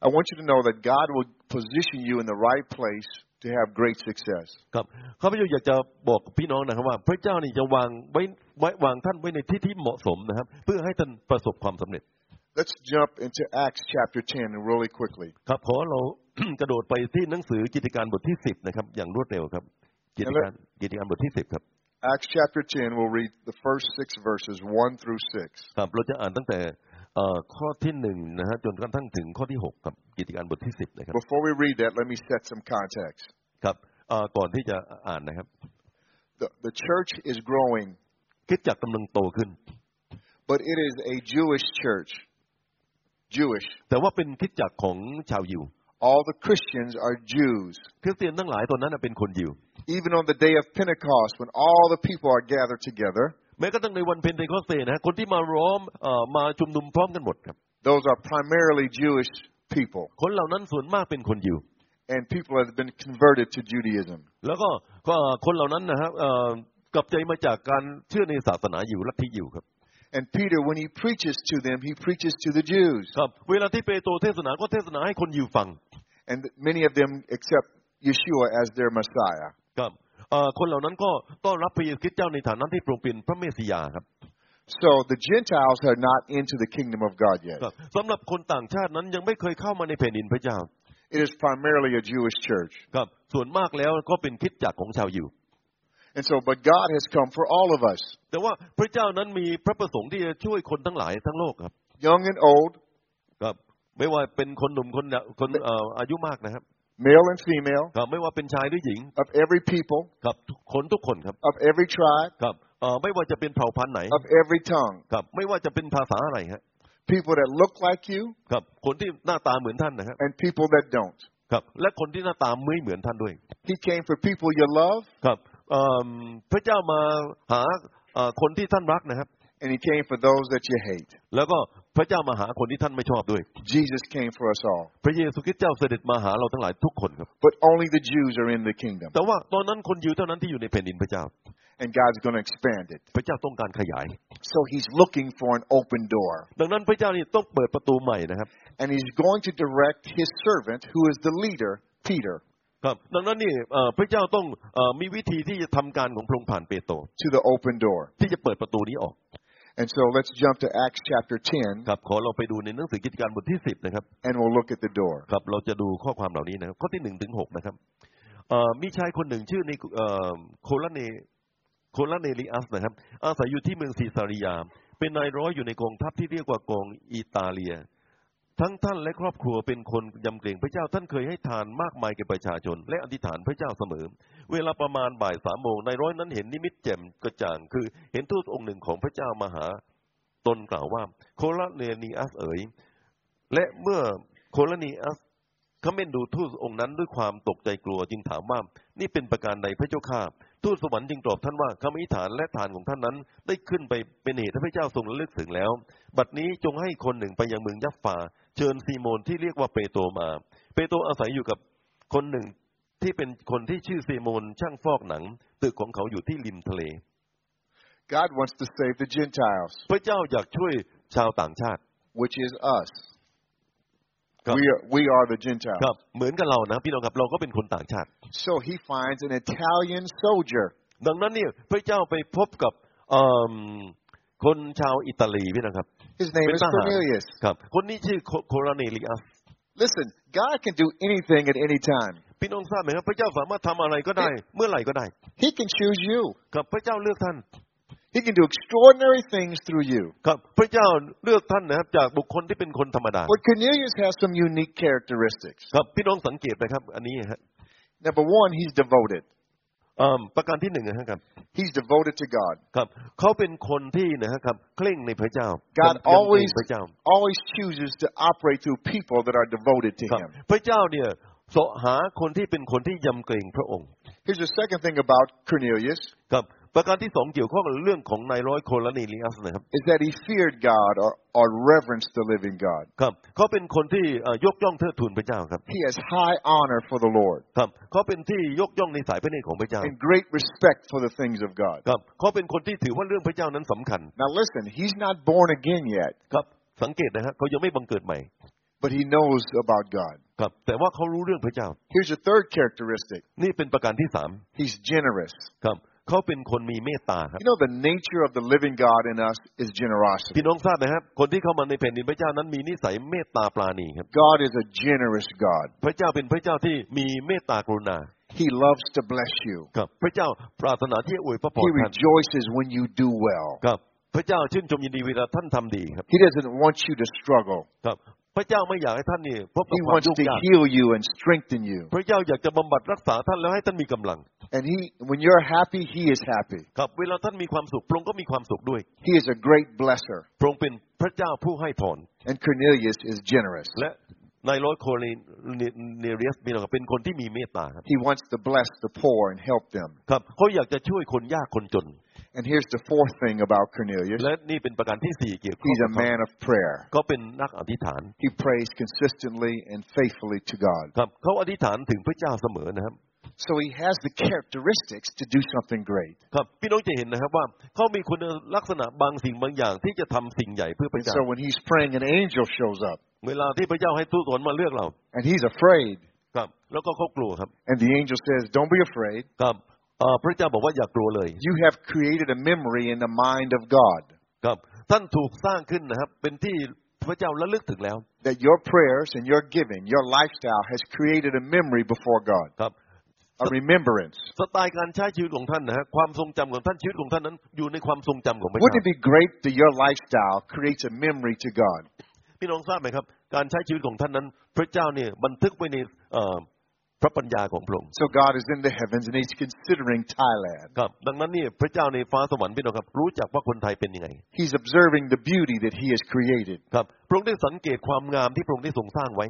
I want you to know that God will position you in the right place to have great success. ครับข้าพเจ้าอยากจะบอกพี่น้องนะครับว่า พระเจ้านี่จะวางไว้ไว้วางท่านไว้ในที่ที่เหมาะสมนะครับ เพื่อให้ท่านประสบความสำเร็จ Let's jump into Acts chapter 10 really quickly. ครับขอเรา กระโดดไปที่หนังสือกิจการบทที่สิบนะครับ อย่างรวดเร็วครับ กิจการกิจการบทที่สิบครับ Acts chapter 10, we'll read the first six verses, 1 through 6. ครับเราจะอ่านตั้งแต่เอ่อข้อที่หนึ่งนะฮะจนกระทั่งถึงข้อที่หกครับกิจการบทที่สิบนะครับ Before we read that, let me set some context. ครับเอ่อก่อนที่จะอ่านนะครับ The, the church is growing, คริดจักรกำลังโตขึ้น but it is a Jewish church. Jewish. แต่ว่าเป็นคริดจักรของชาวยิว All the Christians are Jews. คริสเตียนทั้งหลายตอนนั้นนะเป็นคนยิว Even on the day of Pentecost, when all the people are gathered together, แม้กระทั่งในวันเพนเทคอสเตนะฮะคนที่มาร้อมเอ่อมาชุมนุมพร้อมกันหมดครับ those are primarily Jewish people, คนเหล่านั้นส่วนมากเป็นคนยิว and people have been converted to Judaism. แล้วก็ก็คนเหล่านั้นนะฮะเอ่อกลับใจมาจากการเชื่อในศาสนายิวลัทธิยิวครับ And Peter, when he preaches to them, he preaches to the Jews, ครับ เวลาที่เปโตรเทศนาก็เทศนาให้คนยิวฟัง and many of them accept Yeshua as their Messiah. ครับเอ่อคนเหล่านั้นก็ต้อนรับพระเยซูคริสต์เจ้าในฐานะที่โปรงเป็นพระเมสสิยาครับ So the Gentiles are not into the kingdom of God yet. ครับสำหรับคนต่างชาตินั้นยังไม่เคยเข้ามาในแผ่นดินพระเจ้า It is primarily a Jewish church. ครับ ส่วนมากแล้วก็เป็นคริดจักรของชาวยิว And so, but God has come for all of us, แต่ว่าพระเจ้านั้นมีพระประสงค์ที่จะช่วยคนทั้งหลายทั้งโลกครับ young and old, ครับไม่ว่าเป็นคนหนุ่มคนเอ่อคนเอ่ออายุมากนะครับ male and female, ครับไม่ว่าเป็นชายหรือหญิง of every people, ครับทุกคนทุกคนครับ of every tribe, ครับเอ่อไม่ว่าจะเป็นเผ่าพันธุ์ไหน of every tongue. ครับ ไม่ว่าจะเป็นภาษาอะไรฮะ People that look like you ครับ คนที่หน้าตาเหมือนท่านนะครับ and people that don't. ครับ และคนที่หน้าตาไม่เหมือนท่านด้วย He came for people you love, ครับเอิ่มพระเจ้ามาหาเอ่อคนที่ท่านรักนะครับ and He came for those that you hate. แล้วก็ พระเจ้ามาหาคนที่ท่านไม่ชอบด้วย Jesus came for us all, พระเยซูคริสต์เจ้าเสด็จมาหาเราทั้งหลายทุกคนครับ but only the Jews are in the kingdom, แต่ว่าตอนนั้นคนยิวเท่านั้นที่อยู่ในแผ่นดินพระเจ้า and God's going to expand it. พระเจ้าต้องการขยาย So He's looking for an open door, ดังนั้นพระเจ้านี่ต้องเปิดประตูใหม่นะครับ and He's going to direct His servant, who is the leader, Peter, ครับ ดังนั้นนี่เอ่อพระเจ้าต้องเอ่อมีวิธีที่จะทำการของพระองค์ผ่านเปโตร to the open door. ที่จะเปิดประตูนี้ออก And so let's jump to Acts chapter 10, ครับ ขอเราไปดูในหนังสือกิจการบทที่สิบนะครับ and we'll look at the door. ครับ เราจะดูข้อความเหล่านี้นะครับ ข้อที่หนึ่งถึงหกนะครับเอ่อมีชายคนหนึ่งชื่อในเอ่อโคลเนโคลเนลิอัสนะครับ อาศัยอยู่ที่เมืองซีซาริยา เป็นนายร้อยอยู่ในกองทัพที่เรียกว่ากองอิตาเลีย ทั้งท่านและครอบครัวเป็นคนยำเกรงพระเจ้าท่านเคยให้ทานมากมายแก่ประชาชน และอธิษฐานพระเจ้าเสมอ เวลาประมาณบ่ายสามโมงนายร้อยนั้นเห็นนิมิตแจ่มกระจ่างคือ เห็นทูตองค์หนึ่งของพระเจ้ามาหาตนกล่าวว่า โคลเนนีอัสเอ๋ยและเมื่อโคลเนีอัส เขาเม่นดูทูตองค์นั้นด้วยความตกใจกลัวจึงถามว่า นี่เป็นประการใดพระเจ้าข้าทูตสวรรค์จึงตอบท่านว่าคำอธิษฐานและทานของท่านนั้น ได้ขึ้นไปเป็นเหตุให้พระเจ้าทรงระลึกถึงแล้ว บัดนี้จงให้คนหนึ่งไปยังเมืองยัฟฟา เชิญซีโมนที่เรียกว่าเปโตรมา เปโตรอาศัยอยู่กับคนหนึ่งที่เป็นคนที่ชื่อซีโมนช่างฟอกหนัง ตึกของเขาอยู่ที่ริมทะเล God wants to save the Gentiles, พระเจ้าอยากช่วยชาวต่างชาติ which is us. ครับ We are, we are the Gentiles. ครับเหมือนกับเรานะพี่น้องครับเราก็เป็นคนต่างชาติ So he finds an Italian soldier ดังนั้นเนี่ยพระเจ้าไปพบกับเอิ่มคนชาวอิตาลีพี่นะครับ His name เป็น is ทหาร Cornelius. ครับ คนนี้ชื่อโคลเนลิอัส Listen, God can do anything at any time. พี่น้องทราบไหมครับ พระเจ้าสามารถทำอะไรก็ได้ เมื่อไหร่ก็ได้ He can choose you. ครับพระเจ้าเลือกท่าน He can do extraordinary things through you. ครับ พระเจ้าเลือกท่านนะครับ จากบุคคลที่เป็นคนธรรมดา But Cornelius has some unique characteristics. ครับพี่น้องสังเกตนะครับ อันนี้ฮะ Number one, he's devoted. เอิ่มประการที่หนึ่งนะครับ He's devoted to God. ครับเขาเป็นคนที่นะครับเคร่งในพระเจ้า God ยำเกรง always พระเจ้า always chooses to operate through people that are devoted to ครับ Him. พระเจ้าเนี่ยเสาะหาคนที่เป็นคนที่ยำเกรงพระองค์ Here's the second thing about Cornelius ครับประการที่สองเกี่ยวข้องกับเรื่องของนายร้อยโคลเนลิอัสนะครับ is that he feared God or, or reverenced the living God. ครับเขาเป็นคนที่เอ่อยกย่องเทิดทูนพระเจ้าครับ He has high honor for the Lord ครับเขาเป็นที่ยกย่องในสายพระเนตรของพระเจ้า and great respect for the things of God. ครับเขาเป็นคนที่ถือว่าเรื่องพระเจ้านั้นสำคัญ Now listen, he's not born again yet, ครับสังเกตนะฮะเขายังไม่บังเกิดใหม่ but he knows about God. ครับ แต่ว่าเขารู้เรื่องพระเจ้า Here's a third characteristic. นี่เป็นประการที่สาม He's generous. ครับเขาเป็นคนมีเมตตาครับ You know the nature of the living God in us is generosity. พี่น้องทราบนะครับคนที่เข้ามาในแผ่นดินพระเจ้านั้นมีนิสัยเมตตาปราณีครับ God is a generous God. พระเจ้าเป็นพระเจ้าที่มีเมตตากรุณา He loves to bless you. ครับ พระเจ้าปรารถนาที่จะอวยพระพ He รท่าน rejoices when you do well. ครับ พระเจ้าชื่นชมยินดีเวลาท่านทำดีครับ He doesn't want you to struggle. ครับ พระเจ้าไม่อยากให้ท่านนี่พบกับ He ความ wants ยุ่ง to ยาก heal you and strengthen you. พระเจ้าอยากจะบำบัดรักษาท่านแล้วให้ท่านมีกำลัง And he when you're happy, he is happy. ครับ เวลาท่านมีความสุขพระองค์ก็มีความสุขด้วย He is a great blesser. พระองค์เป็นพระเจ้าผู้ให้พร And Cornelius is generous. และนายร้อยโคลิเนเรียสมีเราเป็นคนที่มีเมตตาครับ He wants to bless the poor and help them. ครับเขาอยากจะช่วยคนยากคนจน And here's the fourth thing about Cornelius. และนี่เป็นประการที่สี่เกี่ยวข้อง He's กั a บเขา man of prayer. เขาเป็นนักอธิษฐาน He prays consistently and faithfully to God. ครับเขาอธิษฐานถึงพระเจ้าเสมอนะครับ So he has the characteristics to do something great. ครับพี่น้องจะเห็นนะครับว่าเขามีคุณลักษณะบางสิ่งบางอย่างที่จะทำสิ่งใหญ่เพื่อพ And ระเจ้า so when he's praying, an angel shows up เวลาที่พระเจ้าให้ทูตสวรรค์มาเลือกเรา and he's afraid. ครับ แล้วก็เขากลัวครับ And the angel says, Don't be afraid. ครับเอ่อพระเจ้าบอกว่าอย่ากลัวเลย You have created a memory in the mind of God ครับ ท่านถูกสร้างขึ้นนะครับ เป็นที่พระเจ้าระลึกถึงแล้ว that your prayers and your giving, your lifestyle has created a memory before God, ครับ a remembrance. สไตล์การใช้ชีวิตของท่านนะฮะความทรงจำของท่านชีวิตของท่านนั้น อยู่ในความทรงจำของพระ Wouldn't เจ้า it be great that your lifestyle creates a memory to God? พี่น้องทราบไหมครับ การใช้ชีวิตของท่านนั้น พระเจ้าเนี่ยบันทึกไว้ในเอ่อพระปัญญาของพระองค์ So God is in the heavens and he's considering Thailand. ครับ ดังนั้นเนี่ยพระเจ้าในฟ้าสวรรค์พี่น้องครับ รู้จักว่าคนไทยเป็นยังไง He's observing the beauty that he has created ครับพระองค์ได้สังเกตความงามที่พระองค์ได้ทรงสร้างไว้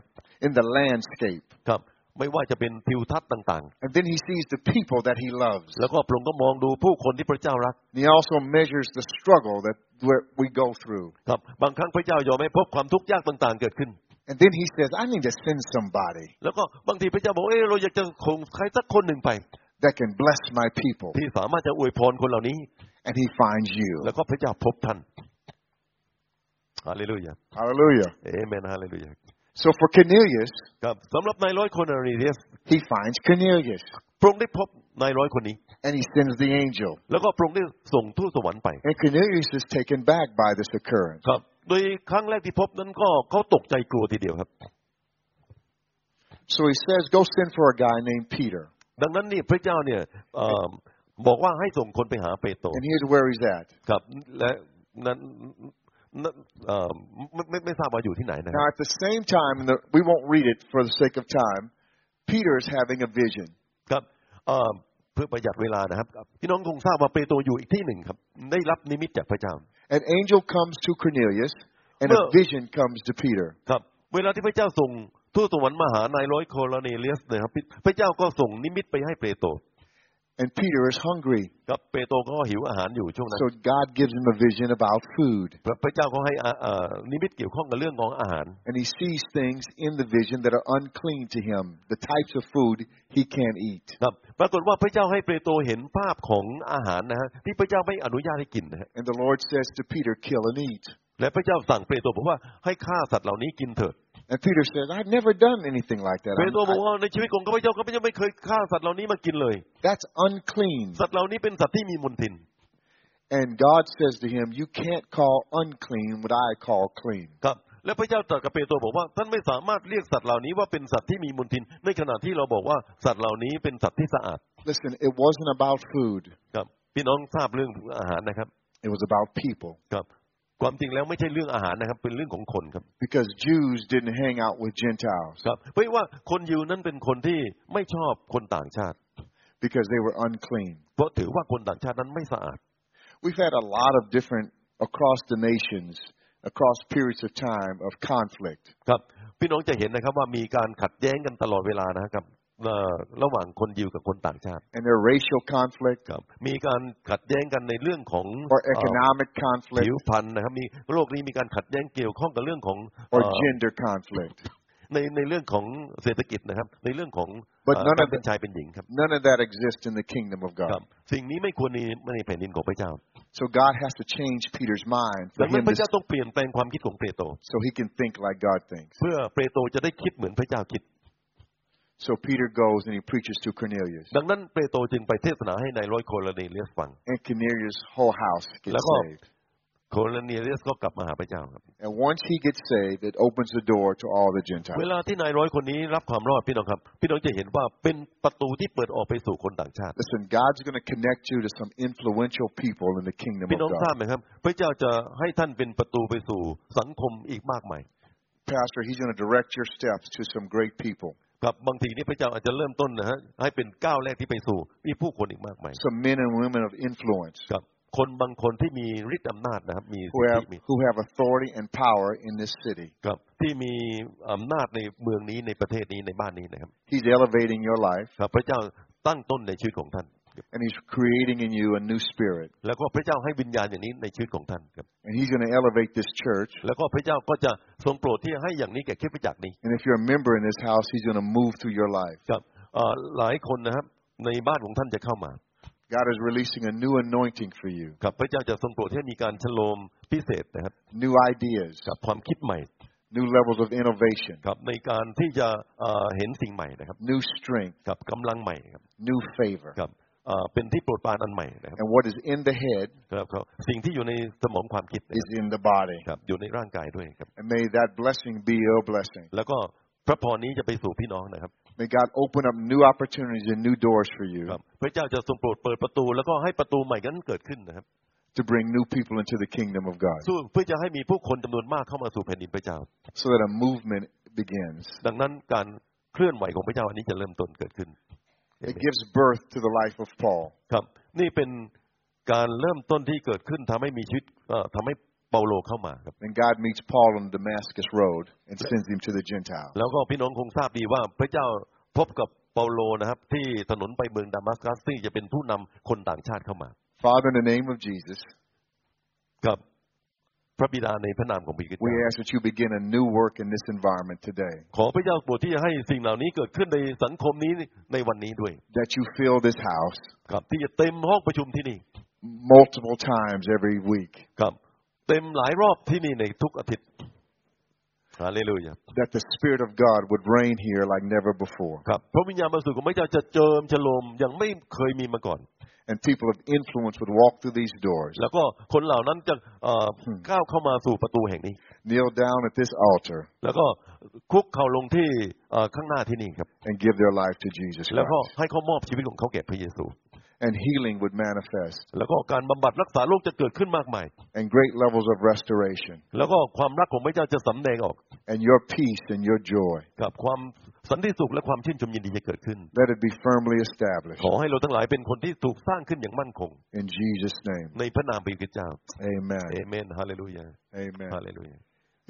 in the landscape. ครับ ไม่ว่าจะเป็นทิวทัศน์ต่าง And then he sees the people that he loves. ๆ แล้วก็พระองค์ก็มองดูผู้คนที่พระเจ้ารัก And he also measures the struggle that we're- we go through. ครับ บางครั้งพระเจ้ายอมให้พบความทุกข์ยากต่างๆ เกิดขึ้น And then he says, I need to send somebody แล้วก็บางทีพระเจ้าบอกเออเราอยากจะคงใครสักคนหนึ่งไป that can bless my people. ที่สามารถจะอวยพรคนเหล่านี้ And he finds you. แล้วก็พระเจ้าพบท่านฮาเลลูยา Hallelujah. เอเมนฮาเลลูยา So for Cornelius, ครับสำหรับนายร้อยคนอารีเดียส he finds Cornelius พระองค์ได้พบนายร้อยคนนี้ and he sends the angel. แล้วก็พระองค์ได้ส่งทูตสวรรค์ไป And Cornelius is taken back by this occurrence. ครับ โดยครั้งแรกที่พบนั้นก็เขาตกใจกลัวทีเดียวครับ So he says, Go send for a guy named Peter. ดังนั้นนี่พระเจ้าเนี่ยเอ่อบอกว่าให้ส่งคนไปหาเปโตร And here's where he's at. ครับ และนั้นนั้นเอ่อไม่ไม่ไม่ทราบว่าอยู่ที่ไหนนะครับ Now, at the same time, and the, we won't read it for the sake of time, Peter is having a vision. ครับเอ่อเพื่อประหยัดเวลานะครับ พี่น้องคงทราบว่าเปโตรอยู่อีกที่หนึ่งครับ ได้รับนิมิตจากพระเจ้า An angel comes to Cornelius, and Well- a vision comes to Peter. ครับ เวลาที่พระเจ้าส่งทูตสวรรค์มาหานายร้อยโคลเนเลียสนะครับพี่พระเจ้าก็ส่งนิมิตไปให้เปโตร And Peter is hungry, ครับเปโตรก็หิวอาหารอยู่ช่วงนั้น so God gives him a vision about food. พระพระเจ้าก็ให้อ่าอ่านิมิตเกี่ยวข้องกับเรื่องของอาหาร And he sees things in the vision that are unclean to him, the types of food he can't eat. ครับปรากฏว่าพระเจ้าให้เปโตรเห็นภาพของอาหารนะฮะที่พระเจ้าไม่อนุญาตให้กินนะฮะ And the Lord says to Peter, Kill and eat. และพระเจ้าสั่งเปโตรบอกว่าให้ฆ่าสัตว์เหล่านี้กินเถิด And Peter says, I've never done anything like that. เปโตร I'm- บอก I- ว่าในชีวิตของข้าพเจ้าข้าพเจ้าไม่เคยฆ่าสัตว์เหล่านี้มากินเลย that's unclean. สัตว์เหล่านี้เป็นสัตว์ที่มีมลทิน And God says to him, You can't call unclean what I call clean. ครับ และพระเจ้าตรัสกับเปโตรบอกว่าท่านไม่สามารถเรียกสัตว์เหล่านี้ว่าเป็นสัตว์ที่มีมลทิน ในขณะที่เราบอกว่าสัตว์เหล่านี้เป็นสัตว์ที่สะอาด Listen, it wasn't about food, ครับ พี่น้องทราบเรื่องอาหารนะครับ it was about people. ครับ ความจริงแล้วไม่ใช่เรื่องอาหารนะครับ เป็นเรื่องของคนครับ Because Jews didn't hang out with Gentiles ครับเพราะว่าคนยิวนั้นเป็นคนที่ไม่ชอบคนต่างชาติ because they were unclean. เพราะถือว่าคนต่างชาตินั้นไม่สะอาด We've had a lot of different, across the nations, across periods of time, of conflict. ครับ พี่น้องจะเห็นนะครับว่ามีการขัดแย้งกันตลอดเวลานะครับเอ่อระหว่างคนยิวกับคนต่างชาติ And their racial conflict ครับ มีการขัดแย้งกันในเรื่องของ or เอ่อ economic conflict ผิวพรรณนะครับ มีโลกนี้มีการขัดแย้งเกี่ยวข้องกับเรื่องของ or เอ่อ gender conflict. ในในเรื่องของเศรษฐกิจนะครับ ในเรื่องของ But เอ่อ none of การเป็น the- ชายเป็นหญิงครับ None of that exists in the kingdom of ครับ God. สิ่งนี้ไม่ควรมีในแผ่นดินของพระเจ้า So God has to change Peter's mind ดั for งนั้น him พ to, ระเจ้าต้องเปลี่ยนแปลงความคิดของเปโตร so he can think like God thinks. เพื่อเปโตรจะได้คิดเหมือนพระเจ้าคิด So Peter goes and he preaches to Cornelius. ดังนั้นเปโตรจึงไปเทศนาให้นายร้อยโคลเนเลียสฟัง And Cornelius' whole house gets Lako. saved. โคลเนเลียสก็กลับมาหาพระเจ้าครับ And once he gets saved, it opens the door to all the เว Gentiles. ลาที่นายร้อยคนนี้รับความรอดพี่น้องครับ พี่น้องจะเห็นว่าเป็นประตูที่เปิดออกไปสู่คนต่างชาติ Listen, God's going to connect you to some influential people in the kingdom พี่น้อ of งทราบ God. ไหมครับ พระเจ้าจะให้ท่านเป็นประตูไปสู่สังคมอีกมากมาย Pastor, he's going to direct your steps to some great people, ครับบางทีนี่พระเจ้าอาจจะเริ่มต้นนะฮะให้เป็นก้าวแรกที่ไปสู่มีผู้คนอีกมากมาย some men and women of influence ครับคนบางคนที่มีฤทธิ์อำนาจนะครับ มีสิ who ท have, ธิมี who have authority and power in this city. ครับที่มีอำนาจในเมืองนี้ในประเทศนี้ในบ้านนี้นะครับ He's elevating your life ครับพระเจ้าตั้งต้นในชีวิตของท่านครับ and he's creating in you a new spirit. แล้วก็พระเจ้าให้วิญญาณอย่างนี้ในชีวิตของท่านครับ And he's going to elevate this church. แล้วก็พระเจ้าก็จะทรงโปรดที่ให้อย่างนี้แก่คริดประจักรนี้ And if you're a member in this house, he's going to move through your life. ครับเอ่อหลายคนนะครับ ในบ้านของท่านจะเข้ามา God is releasing a new anointing for you, ครับ พระเจ้าจะทรงโปรดให้มีการฉโลมพิเศษนะครับ new ideas, กับความคิดใหม่ new levels of innovation, ครับในการที่จะเอ่อเห็นสิ่งใหม่นะครับ new strength, กับกำลังใหม่ครับ new favor. ครับเอ่อเป็นที่โปรดปรานอันใหม่นะครับ And what is in the head ครับครับสิ่งที่อยู่ในสมองความคิดนะ is ครับ in the body. ครับอยู่ในร่างกายด้วยครับ And may that blessing be your blessing. แล้วก็พระพรนี้จะไปสู่พี่น้องนะครับ May God open up new opportunities and new doors for you ครับพระเจ้าจะทรงโปรดเปิดประตูแล้วก็ให้ประตูใหม่นั้นเกิดขึ้นนะครับ to bring new people into the kingdom of God สู้เพื่อจะให้มีผู้คนจำนวนมากเข้ามาสู่แผ่นดินพระเจ้า so that a movement begins. ดังนั้นการเคลื่อนไหวของพระเจ้าอันนี้จะเริ่มต้นเกิดขึ้น It gives birth to the life of Paul. ครับ นี่เป็นการเริ่มต้นที่เกิดขึ้นทำให้มีชีวิตเอ่อทำให้เปาโลเข้ามาครับ And God meets Paul on the Damascus Road and sends him to the Gentiles. แล้วก็พี่น้องคงทราบดีว่าพระเจ้า พบกับเปาโลนะครับ ที่ถนนไปเมืองดามัสกัสซึ่งจะเป็นผู้นำคนต่างชาติเข้ามา Father, in the name of Jesus, กับพระบิดาในพระนามของพระคริด we ask that you begin a new work in this environment today, ขอพระเจ้าโปรดที่จะให้สิ่งเหล่านี้เกิดขึ้นในสังคมนี้ในวันนี้ด้วย that you fill this house ครับ ที่จะเต็มห้องประชุมที่นี่ multiple times every week, ครับ เต็มหลายรอบที่นี่ในทุกอาทิตย์ฮาเลลูยา that the Spirit of God would reign here like never before, ครับพระวิญญาณบริสุทธิ์ของพระเจ้าจะเจิมฉโลมอย่างไม่เคยมีมาก่อน and people of influence would walk through these doors, แล้วก็คนเหล่านั้นจะเอ่อก้าวเข้ามาสู่ประตูแห่งนี้ kneel down at this altar, แล้วก็คุกเข่าลงที่เอ่อข้างหน้าที่นี่ครับ and give their life to Jesus แล้วก็ Christ. ให้เขามอบชีวิตของเขาแก่พระเยซู And healing would manifest, แล้วก็การบำบัดรักษาโรคจะเกิดขึ้นมากมาย and great levels of restoration, แล้วก็ความรักของพระเจ้าจะสำแดงออก and your peace and your joy. กับความสันติสุขและความชื่นชมยินดีจะเกิดขึ้น Let it be firmly established. ขอให้เราทั้งหลายเป็นคนที่ถูกสร้างขึ้นอย่างมั่นคง In Jesus' name, ในพระนามพระคริดเจ้า เอ amen. เมนฮาเลลูยา Amen. ฮาเลลูยา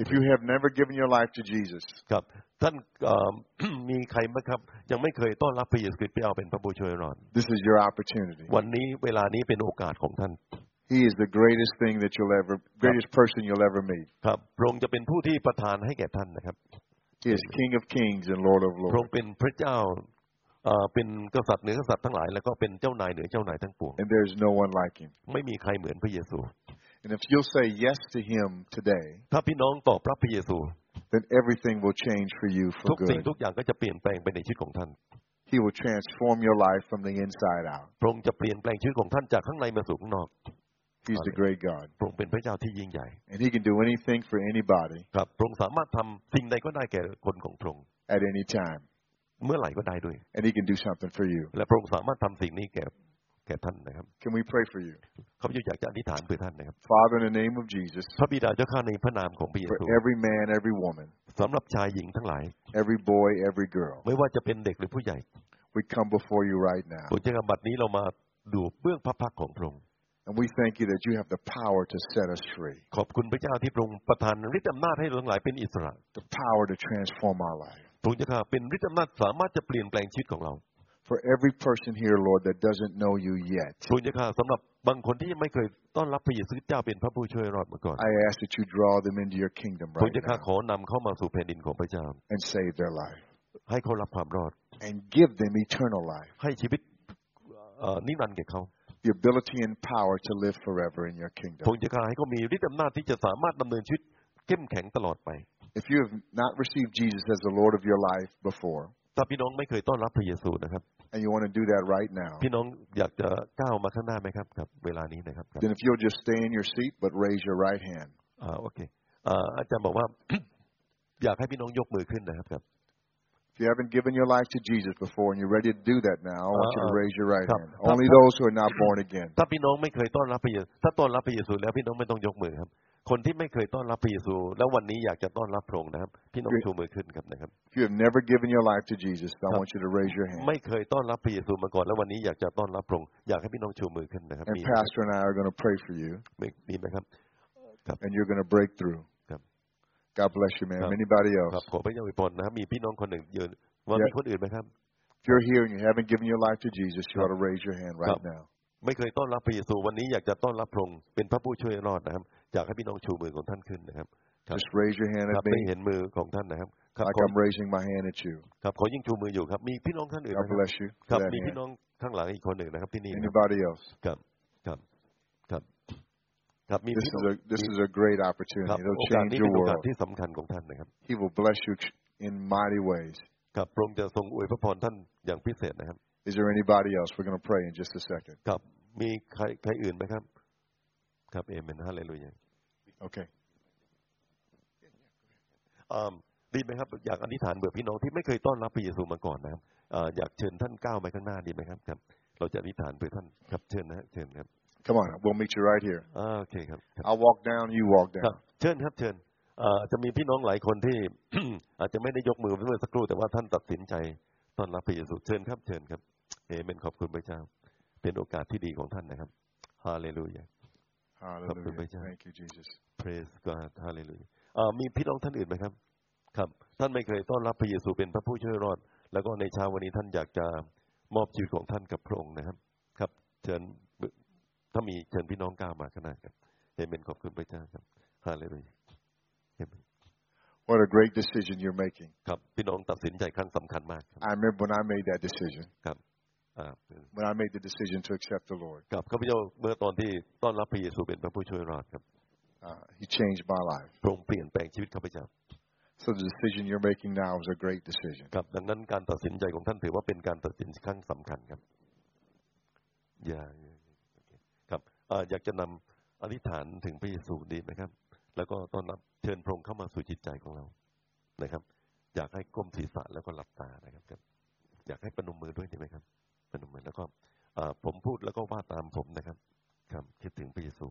If you have never given your life to Jesus, ครับท่านเอ่อ มีใครไหมครับ ยังไม่เคยต้อนรับพระเยซูคริสต์ไปเอาเป็นพระผู้ช่วยรอด this is your opportunity. วันนี้เวลานี้เป็นโอกาสของท่าน He is the greatest thing that you'll ever, greatest person you'll ever meet. ครับพระองค์จะเป็นผู้ที่ประทานให้แก่ท่านนะครับ He is King of Kings and Lord of พระอ Lords. งค์เป็นพระเจ้าเอ่อเป็นกษัตริย์เหนือกษัตริย์ทั้งหลายแล้วก็เป็นเจ้านายเหนือเจ้านายทั้งปวง And there's no one like him. ไม่มีใครเหมือนพระเยซู And if you'll say yes to him today, ถ้าพี่น้องตอบรับพระเยซู then everything will change for you ทุ for กสิ่ง good. ทุกอย่างก็จะเปลี่ยนแปลงไปในชีวิตของท่าน He will transform your life from the inside out. พระองค์จะเปลี่ยนแปลงชีวิตของท่านจากข้างในมาสู่ข้างนอก He's the great God. พระองค์เป็นพระเจ้าที่ยิ่งใหญ่ And he can do anything for anybody ครับพระองค์สามารถทำสิ่งใดก็ได้แก่คนของพระองค์ at any time. เมื่อไหร่ก็ได้ด้วย And he can do something for you. และพระองค์สามารถทำสิ่งนี้แก่แก่ท่านนะครับ Can we pray for you? เขาพเจ้าอยากจะอธิษฐานเพื่อท่านนะครับ Father, in the name of Jesus, พระบิดาเจ้าข้าในพระนามของพระเย for ซู every man, every woman, สำหรับชายหญิงทั้งหลาย every boy, every girl, ไม่ว่าจะเป็นเด็กหรือผู้ใหญ่ we come before you right now. ผลเจ้าบัดนี้เรามาดูเบื้องพระพักของพระองค์ And we thank you that you have the power to set us free, ขอบคุณพระเจ้าที่พระองค์ประทานฤทธิอำนาจให้เราทั้งหลายเป็นอิสระ the power to transform our life. พระองค์เจ้าข้าเป็นฤทธิอำนาจสามารถจะเปลี่ยนแปลงชีวิตของเรา For every person here, Lord, that doesn't know you yet, พระองค์เจ้าข้าสำหรับบางคนที่ยังไม่เคยต้อนรับพระเยซูคริสต์เจ้าเป็นพระผู้ช่วยรอดมาก่อน I ask that you draw them into your kingdom พระอ right งค์เจ้าข้า now ขอนำเข้ามาสู่แผ่นดินของพระเจ้า and save their life ให้เขารับความรอด and give them eternal life, ให้ชีวิตเอ่อนิรันดร์แก่เขา the ability and power to live forever in your พระอ kingdom. งค์เจ้าข้าให้เขามีฤทธิอำนาจที่จะสามารถดำเนินชีวิตเข้มแข็งตลอดไป If you have not received Jesus as the Lord of your life before, ถ้าพี่น้องไม่เคยต้อนรับพระเยซูนะครับ and you want to do that right now, พี่น้องอยากจะก้าวมาข้างหน้าไหมครับกับ เวลานี้นะครับครับ then if you'll just stay in your seat but raise your right hand. อ่าโอเคอ่าอาจารย์บอกว่า อยากให้พี่น้องยกมือขึ้นนะครับครับ If you haven't given your life to Jesus before and you're ready to do that now, I want you to Uh-uh. raise your right Come, hand. come, Only come. those who are not born again. ถ้าพี่น้องไม่เคยต้อนรับพระเยซูถ้าต้อนรับพระเยซูแล้วพี่น้องไม่ต้องยกมือครับ คนที่ไม่เคยต้อนรับพระเยซู แล้ววันนี้อยากจะต้อนรับพระองค์นะครับ พี่น้องชูมือขึ้นครับนะครับ If you have never given your life to Jesus, I Come. want you to raise your hand. ไม่เคยต้อนรับพระเยซูมาก่อนแล้ววันนี้อยากจะต้อนรับพระองค์อยากให้พี่น้องชูมือขึ้นนะครับ And มีไหม Pastor and I are going to pray for you, มีมีไหมครับ and you're going to break through. Come. God bless you, man. Come. Anybody ครับ else? ขอพระเจ้าอวยพรนะครับ มีพี่น้องคนหนึ่งยืนว่า Yeah. มีคนอื่นไหมครับ If you're here and you haven't given your life to Jesus, you Come. ought to raise your hand right Come. now. ไม่เคยต้อนรับพระเยซูวันนี้อยากจะต้อนรับพระองค์เป็นพระผู้ช่วยรอดนะครับอยากให้พี่น้องชูมือของท่านขึ้นนะครับ Come. Just raise your hand ครั at บได้ me เห็นมือของท่านนะครับครับ like ขอ I'm raising my hand at you. ครับขอยิ่งชูมืออยู่ครับ มีพี่น้องท่านอื่น God ไหมครับ bless you ครั for บ that มีพี่ hand. น้องข้างหลังอีกคนหนึ่งนะครับที่นี่นะครับ Anybody else? ครับครับครับครับมี This พี่น้อง is a this มี is a great ครั opportunity. บ โอ It'll กาส change นี้ your เป็นโอกาส world. ที่สำคัญของท่านนะครับ He will bless you in mighty ways. ครับพระองค์จะทรงอวยพระพรท่านอย่างพิเศษนะครับ Is there anybody else? We're going to pray in just a second. ครับมีใครใครอื่นไหมครับ ครับเอเมนฮาเลลูยา Okay. อ่าดีไหมครับ อยากอธิษฐานเบื่อพี่น้องที่ไม่เคยต้อนรับพระเยซูมาก่อนนะครับอ่าอยากเชิญท่านก้าวไปข้างหน้าดีไหมครับครับ เราจะอธิษฐานเพื่อท่านครับเชิญนะฮะเชิญครับ Come on. We'll meet you right here. อ่าโอเคครับครับ I'll walk down. You walk ครับ down. เชิญครับเชิญอ่าจะมีพี่น้องหลายคนที่ อาจจะไม่ได้ยกมือเมื่อสักครู่แต่ว่าท่านตัดสินใจต้อนรับพระเยซูเชิญครับเชิญครับเอเมนขอบคุณพระเจ้า เป็นโอกาสที่ดีของท่านนะครับฮาเลลูยา Hallelujah. Hallelujah. Thank you, Jesus. praise God hallelujah อ่ามีพี่น้องท่านอื่นไหมครับ ครับ ท่านไม่เคยต้อนรับพระเยซูเป็นพระผู้ช่วยรอด แล้วก็ในเช้าวันนี้ท่านอยากจะมอบชีวิตของท่านกับพระองค์นะครับ ครับ เชิญถ้ามีเชิญพี่น้องกล้ามาก็ได้ครับเอเมนขอบคุณพระเจ้าครับฮาเลลูยา What a great decision you're making. ครับ พี่น้องตัดสินใจครั้งสำคัญมากครับ I remember when I made that decision, ครับอ่า when I made the decision to accept the Lord, กับข้าพเจ้าเมื่อตอนที่ต้อนรับพระเยซูเป็นพระผู้ช่วยรอดครับ uh, He changed my life. พระองค์เปลี่ยนแปลงชีวิตข้าพเจ้า So the decision you're making now is a great decision. ครับดังนั้นการตัดสินใจของท่านถือว่าเป็นการตัดสินครั้งสำคัญครับ อย่าอย่าโอเคครับอ่าอยากจะนำอธิษฐานถึงพระเยซูดีไหมครับ แล้วก็ต้อนรับเชิญพระองค์เข้ามาสู่จิตใจของเรานะครับ อยากให้ก้มศีรษะแล้วก็หลับตานะครับครับ อยากให้ประนมมือด้วยดีไหมครับประนมมือแล้วก็อ่าผมพูดแล้วก็ว่าตามผมนะครับ ครับคิดถึงพระเยซู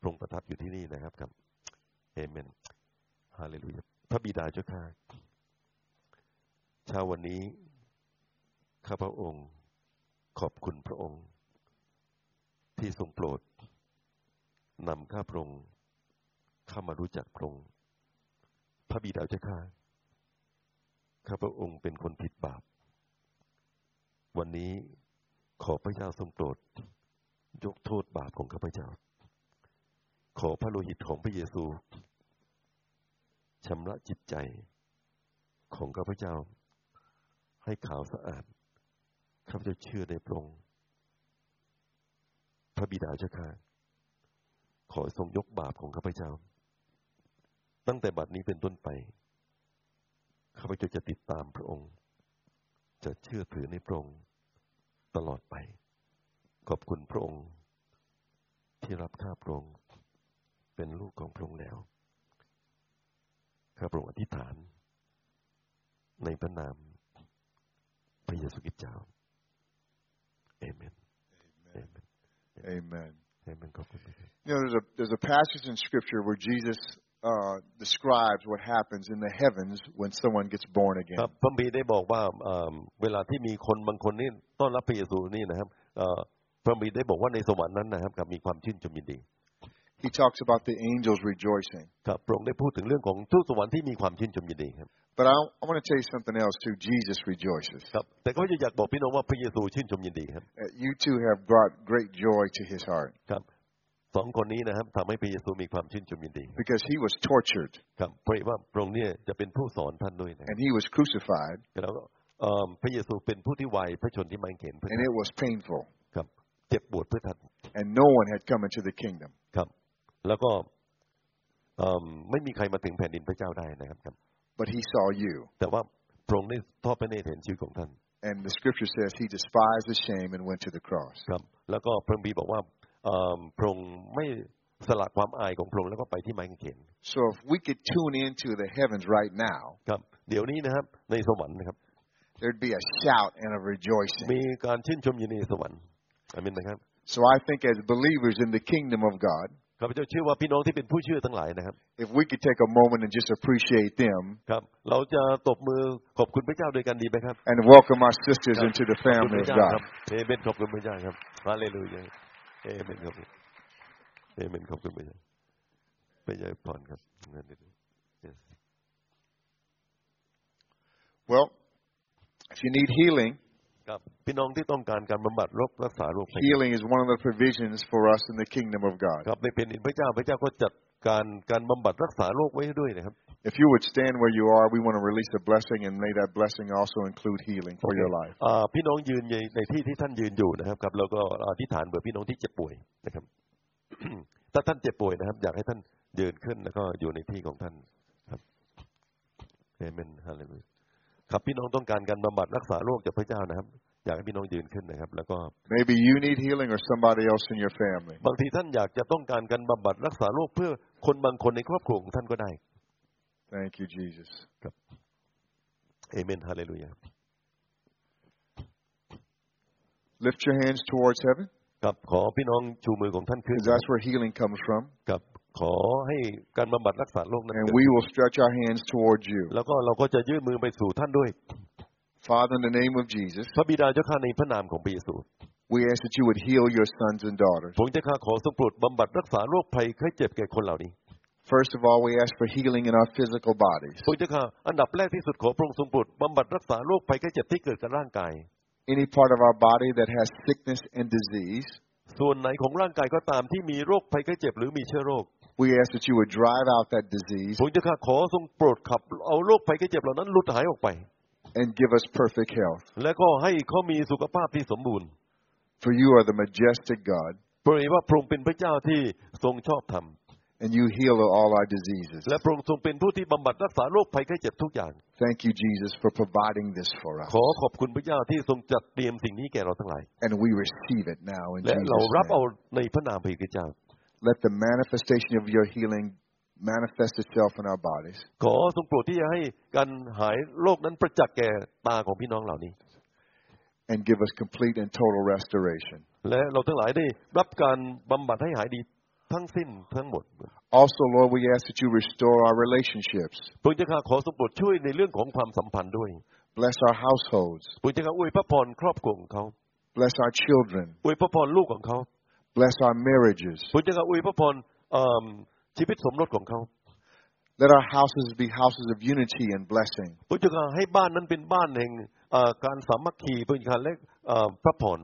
พระองค์ประทับอยู่ที่นี่นะครับครับเอเมนฮาเลลูยาพระบิดาเจ้าข้า เช้าวันนี้ ข้าพระองค์ ขอบคุณพระองค์ ที่ทรงโปรดนำข้าพระองค์เข้ามารู้จักพระองค์พระบิดาเจ้าข้าข้าพระองค์เป็นคนผิดบาป วันนี้ขอพระเจ้าทรงโปรด ยกโทษบาปของข้าพเจ้า ขอพระโลหิตของพระเยซูชำระจิตใจ ของข้าพเจ้า ให้ขาวสะอาดข้าพเจ้าเชื่อในพระองค์พระบิดาเจ้าข้าขอทรงยกบาปของข้าพเจ้า ตั้งแต่บัดนี้เป็นต้นไปข้าพเจ้าจะติดตามพระองค์ จะเชื่อถือในพระองค์ตลอดไป ขอบคุณพระองค์ ที่รับข้าพระองค์เป็นลูกของพระองค์แล้วข้าพระองค์อธิษฐาน ในพระนามพระเยซูคริสต์เจ้าเอเมนเอเมน Amen. เอเมนขอบคุณพระเจ้า You know, there's a there's a passage in Scripture where Jesus uh, describes what happens in the heavens when someone gets born ค again. รับพระบีร์ได้บอกว่าเอ่อเวลาที่มีคนบางคนนี่ต้อนรับพระเยซูนี่นะครับเอ่อพระบีร์ได้บอกว่าในสวรรค์นั้นนะครับกับมีความชื่นชมยินดี He talks about the angels rejoicing. ครับพระองค์ได้พูดถึงเรื่องของทูตสวรรค์ที่มีความชื่นชมยินดีครับ But I, I want to tell you something else too. Jesus rejoices. ครับแต่ก็จะอยากบอกพี่น้องว่าพระเยซูชื่นชมยินดีครับ Uh, You too have brought great joy to his heart ครับสองคนนี้นะครับทำให้พระเยซูมีความชื่นชมยินดี because he was tortured ครับเพราะว่าพระองค์เนี่ยจะเป็นผู้สอนท่านด้วยนะครับ and he was crucified แล้วก็เอ่อพระเยซูเป็นผู้ที่ไวพระชนที่ไมังเขนเพื่อ and it was painful ครับเจ็บปวดเพื่อท่าน and no one had come into the kingdom. ครับ แล้วก็เอิ่มไม่มีใครมาถึงแผ่นดินพระเจ้าได้นะครับครับ But he saw you แต่ว่าพระองค์ได้ทอดพระเนตรเห็นชีวิตของท่าน and the scripture says he despised the shame and went to the cross. ครับ แล้วก็พระบีร์บอกว่าเอิ่มพระองค์ไม่สละความอายของพระองค์แล้วก็ไปที่ไม้กางเขน So if we could tune into the heavens right now, ครับ เดี๋ยวนี้นะครับ ในสวรรค์นะครับ there'd be a shout and a rejoicing. มีการชื่นชมยินดีในสวรรค์อาเมนไหมครับ So I think as believers in the kingdom of God, ข้าพเจ้าเชื่อว่าพี่น้องที่เป็นผู้เชื่อทั้งหลายนะครับ if we could take a moment and just appreciate them ครับ เราจะตบมือขอบคุณพระเจ้าโดวยกันดีไหมครับ and welcome our sisters Yeah. into the ขอบคุณ family of พระเจ้า God. ครับเอเมนขอบคุณพระเจ้าครับฮาเลลูยาเอเมนครับเอเมนขอบคุณพระเจ้าพระเจ้าพรครับ Yes. Well, if you need healing, ครับพี่น้องที่ต้องการการบำบัดโรครักษาโรคภัย healing is one of the provisions for us in the kingdom of God. ครับในเป็นพระเจ้าพระเจ้าก็จัดการการบำบัดรักษาโรคไว้ให้ด้วยนะครับ If you would stand where you are, we want to release a blessing, and may that blessing also include healing for your life. อ่าพี่น้องยืนในในที่ที่ท่านยืนอยู่นะครับครับแล้วก็อธิษฐานเบื่อพี่น้องที่เจ็บป่วยนะครับ ถ้าท่านเจ็บป่วยนะครับ อยากให้ท่านยืนขึ้นแล้วก็อยู่ในที่ของท่านครับเอเมนฮาเลลูยาครับพี่น้องต้องการการบำบัดรักษาโรคจากพระเจ้านะครับ อยากให้พี่น้องยืนขึ้นนะครับ แล้วก็ Maybe you need healing or somebody else in your family. บางทีท่านอยากจะต้องการการบำบัดรักษาโรคเพื่อคนบางคนในครอบครัวของท่านก็ได้ Thank you, Jesus. เอเมนฮาเลลูยา Lift your hands towards heaven, ครับขอพี่น้องชูมือของท่านขึ้น because that's where healing comes from, ครับขอให้การบำบัดรักษาโรคนั้นเกิด and we will stretch our hands towards you. แล้วก็เราก็จะยื่นมือไปสู่ท่านด้วย Father, in the name of Jesus, พระบิดาเจ้าข้าในพระนามของพระเยซู we ask that you would heal your sons and daughters. พระองค์เจ้าข้าขอทรงโปรดบำบัดรักษาโรคภัยไข้เจ็บแก่คนเหล่านี้ First of all, we ask for healing in our physical bodies. พระเจ้าค่ะอันดับแรกที่สุดขอพระองค์ทรงโปรดบำบัดรักษาโรคภัยแค่เจ็บที่เกิดกับร่างกาย Any part of our body that has sickness and disease, ส่วนไหนของร่างกายก็ตามที่มีโรคภัยแค่เจ็บหรือมีเชื้อโรค we ask that you would drive out that disease พระเจ้าค่ะขอทรงโปรดขับเอาโรคภัยแค่เจ็บเหล่านั้นหลุดหายออกไป and give us perfect health. และก็ให้เขามีสุขภาพที่สมบูรณ์ For you are the majestic God, เพราะเห็นว่าพระองค์เป็นพระเจ้าที่ทรงชอบธรรม and you heal all our diseases. และพระองค์ทรงเป็นผู้ที่บำบัดรักษาโรคภัยแค่เจ็บทุกอย่าง Thank you, Jesus, for providing this for us. ขอขอบคุณพระเจ้าที่ทรงจัดเตรียมสิ่งนี้แก่เราทั้งหลาย And we receive it now in และ Jesus' เรารับเอา name. ในพระนามพระเจ้า Let the manifestation of your healing manifest itself in our bodies. ขอทรงโปรดที่จะให้การหายโรคนั้นประจักษ์แก่ตาของพี่น้องเหล่านี้ and give us complete and total restoration. และเราทั้งหลายได้รับการบำบัดให้หายดีทั้งสิ้นทั้งหมด Also, Lord, we ask that you restore our relationships, พระเจ้าข้าขอทรงโปรดช่วยในเรื่องของความสัมพันธ์ด้วย bless our households, พระเจ้าข้าอวยพระพรครอบครัวของเขา bless our children, อวยพระพรลูกของเขา bless our marriages. พระเจ้าข้าอวยพระพรเอิ่มชีวิตสมรสของเขา Let our houses be houses of unity and blessing. พระเจ้าข้าให้บ้านนั้นเป็นบ้านแห่งเอ่อการสามัคคีพระเจ้าข้าและเอ่อพระพร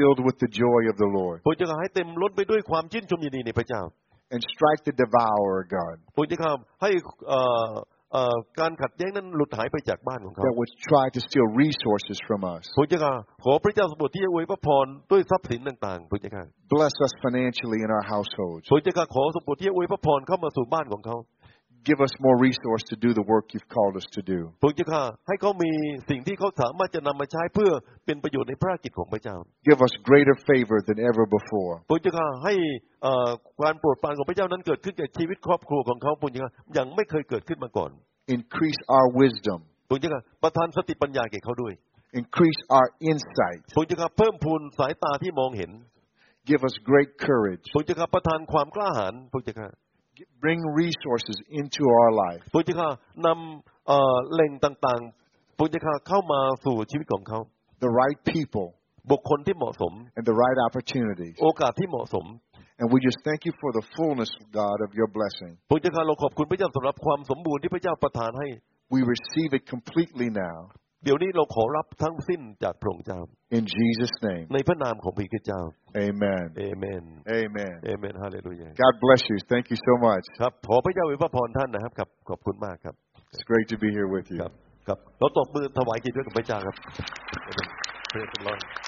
Filled with the joy of the Lord, พระเจ้าข้าให้เต็มล้นไปด้วยความชื่นชมยินดีในพระเจ้า and strike the devourer, God, พระเจ้าข้าให้เอ่อเอ่อการขัดแย้งนั้นหลุดหายไปจากบ้านของเขา that would try to steal resources from us. พระเจ้าข้าขอพระเจ้าสมบูรณ์ที่จะอวยพระพรด้วยทรัพย์สินต่างๆพระเจ้าข้า Bless us financially in our households. พระเจ้าข้าขอสมบูรณ์ที่จะอวยพระพรเข้ามาสู่บ้านของเขา Give us more resource to do the work you've called us to do. พระเจ้าข้าให้เขามีสิ่งที่เขาสามารถจะนำมาใช้เพื่อเป็นประโยชน์ในพระกิจของพระเจ้า Give us greater favor than ever before. พระเจ้าข้าให้เอ่อการโปรดปรานของพระเจ้านั้นเกิดขึ้นแก่ชีวิตครอบครัวของเขาพระเจ้าข้ายังไม่เคยเกิดขึ้นมาก่อน Increase our wisdom. พระเจ้าข้าประทานสติปัญญาแก่เขาด้วย Increase our insight. พระเจ้าข้าเพิ่มพูนสายตาที่มองเห็น Give us great courage. พระเจ้าข้าประทานความกล้าหาญพระเจ้าข้า Bring resources into our life. พระเจ้าข้านำเอ่อแหล่งต่างๆพระเจ้าข้าเข้ามาสู่ชีวิตของเขา The right people บุคคลที่เหมาะสม and the right opportunities. โอกาสที่เหมาะสม And we just thank you for the fullness, God, of your blessing. พระเจ้าข้าเราขอบคุณพระเจ้าสำหรับความสมบูรณ์ที่พระเจ้าประทานให้ We receive it completely now. เดี๋ยวนี้เราขอรับทั้งสิ้นจากพระองค์เจ้า In Jesus' name. ในพระนามของพระเจ้า Amen. เอเม Amen. นเอเมนฮาเลลูยา God bless you. Thank you so much. ครับขอพระเจ้าอวยพระพรท่านนะครับครับขอบคุณมากครับ It's great to be here with you. ครับครับเราตบมือถวายเกิจด้วยกับพระเจ้าครับเอเมนเพลงคุณร้อง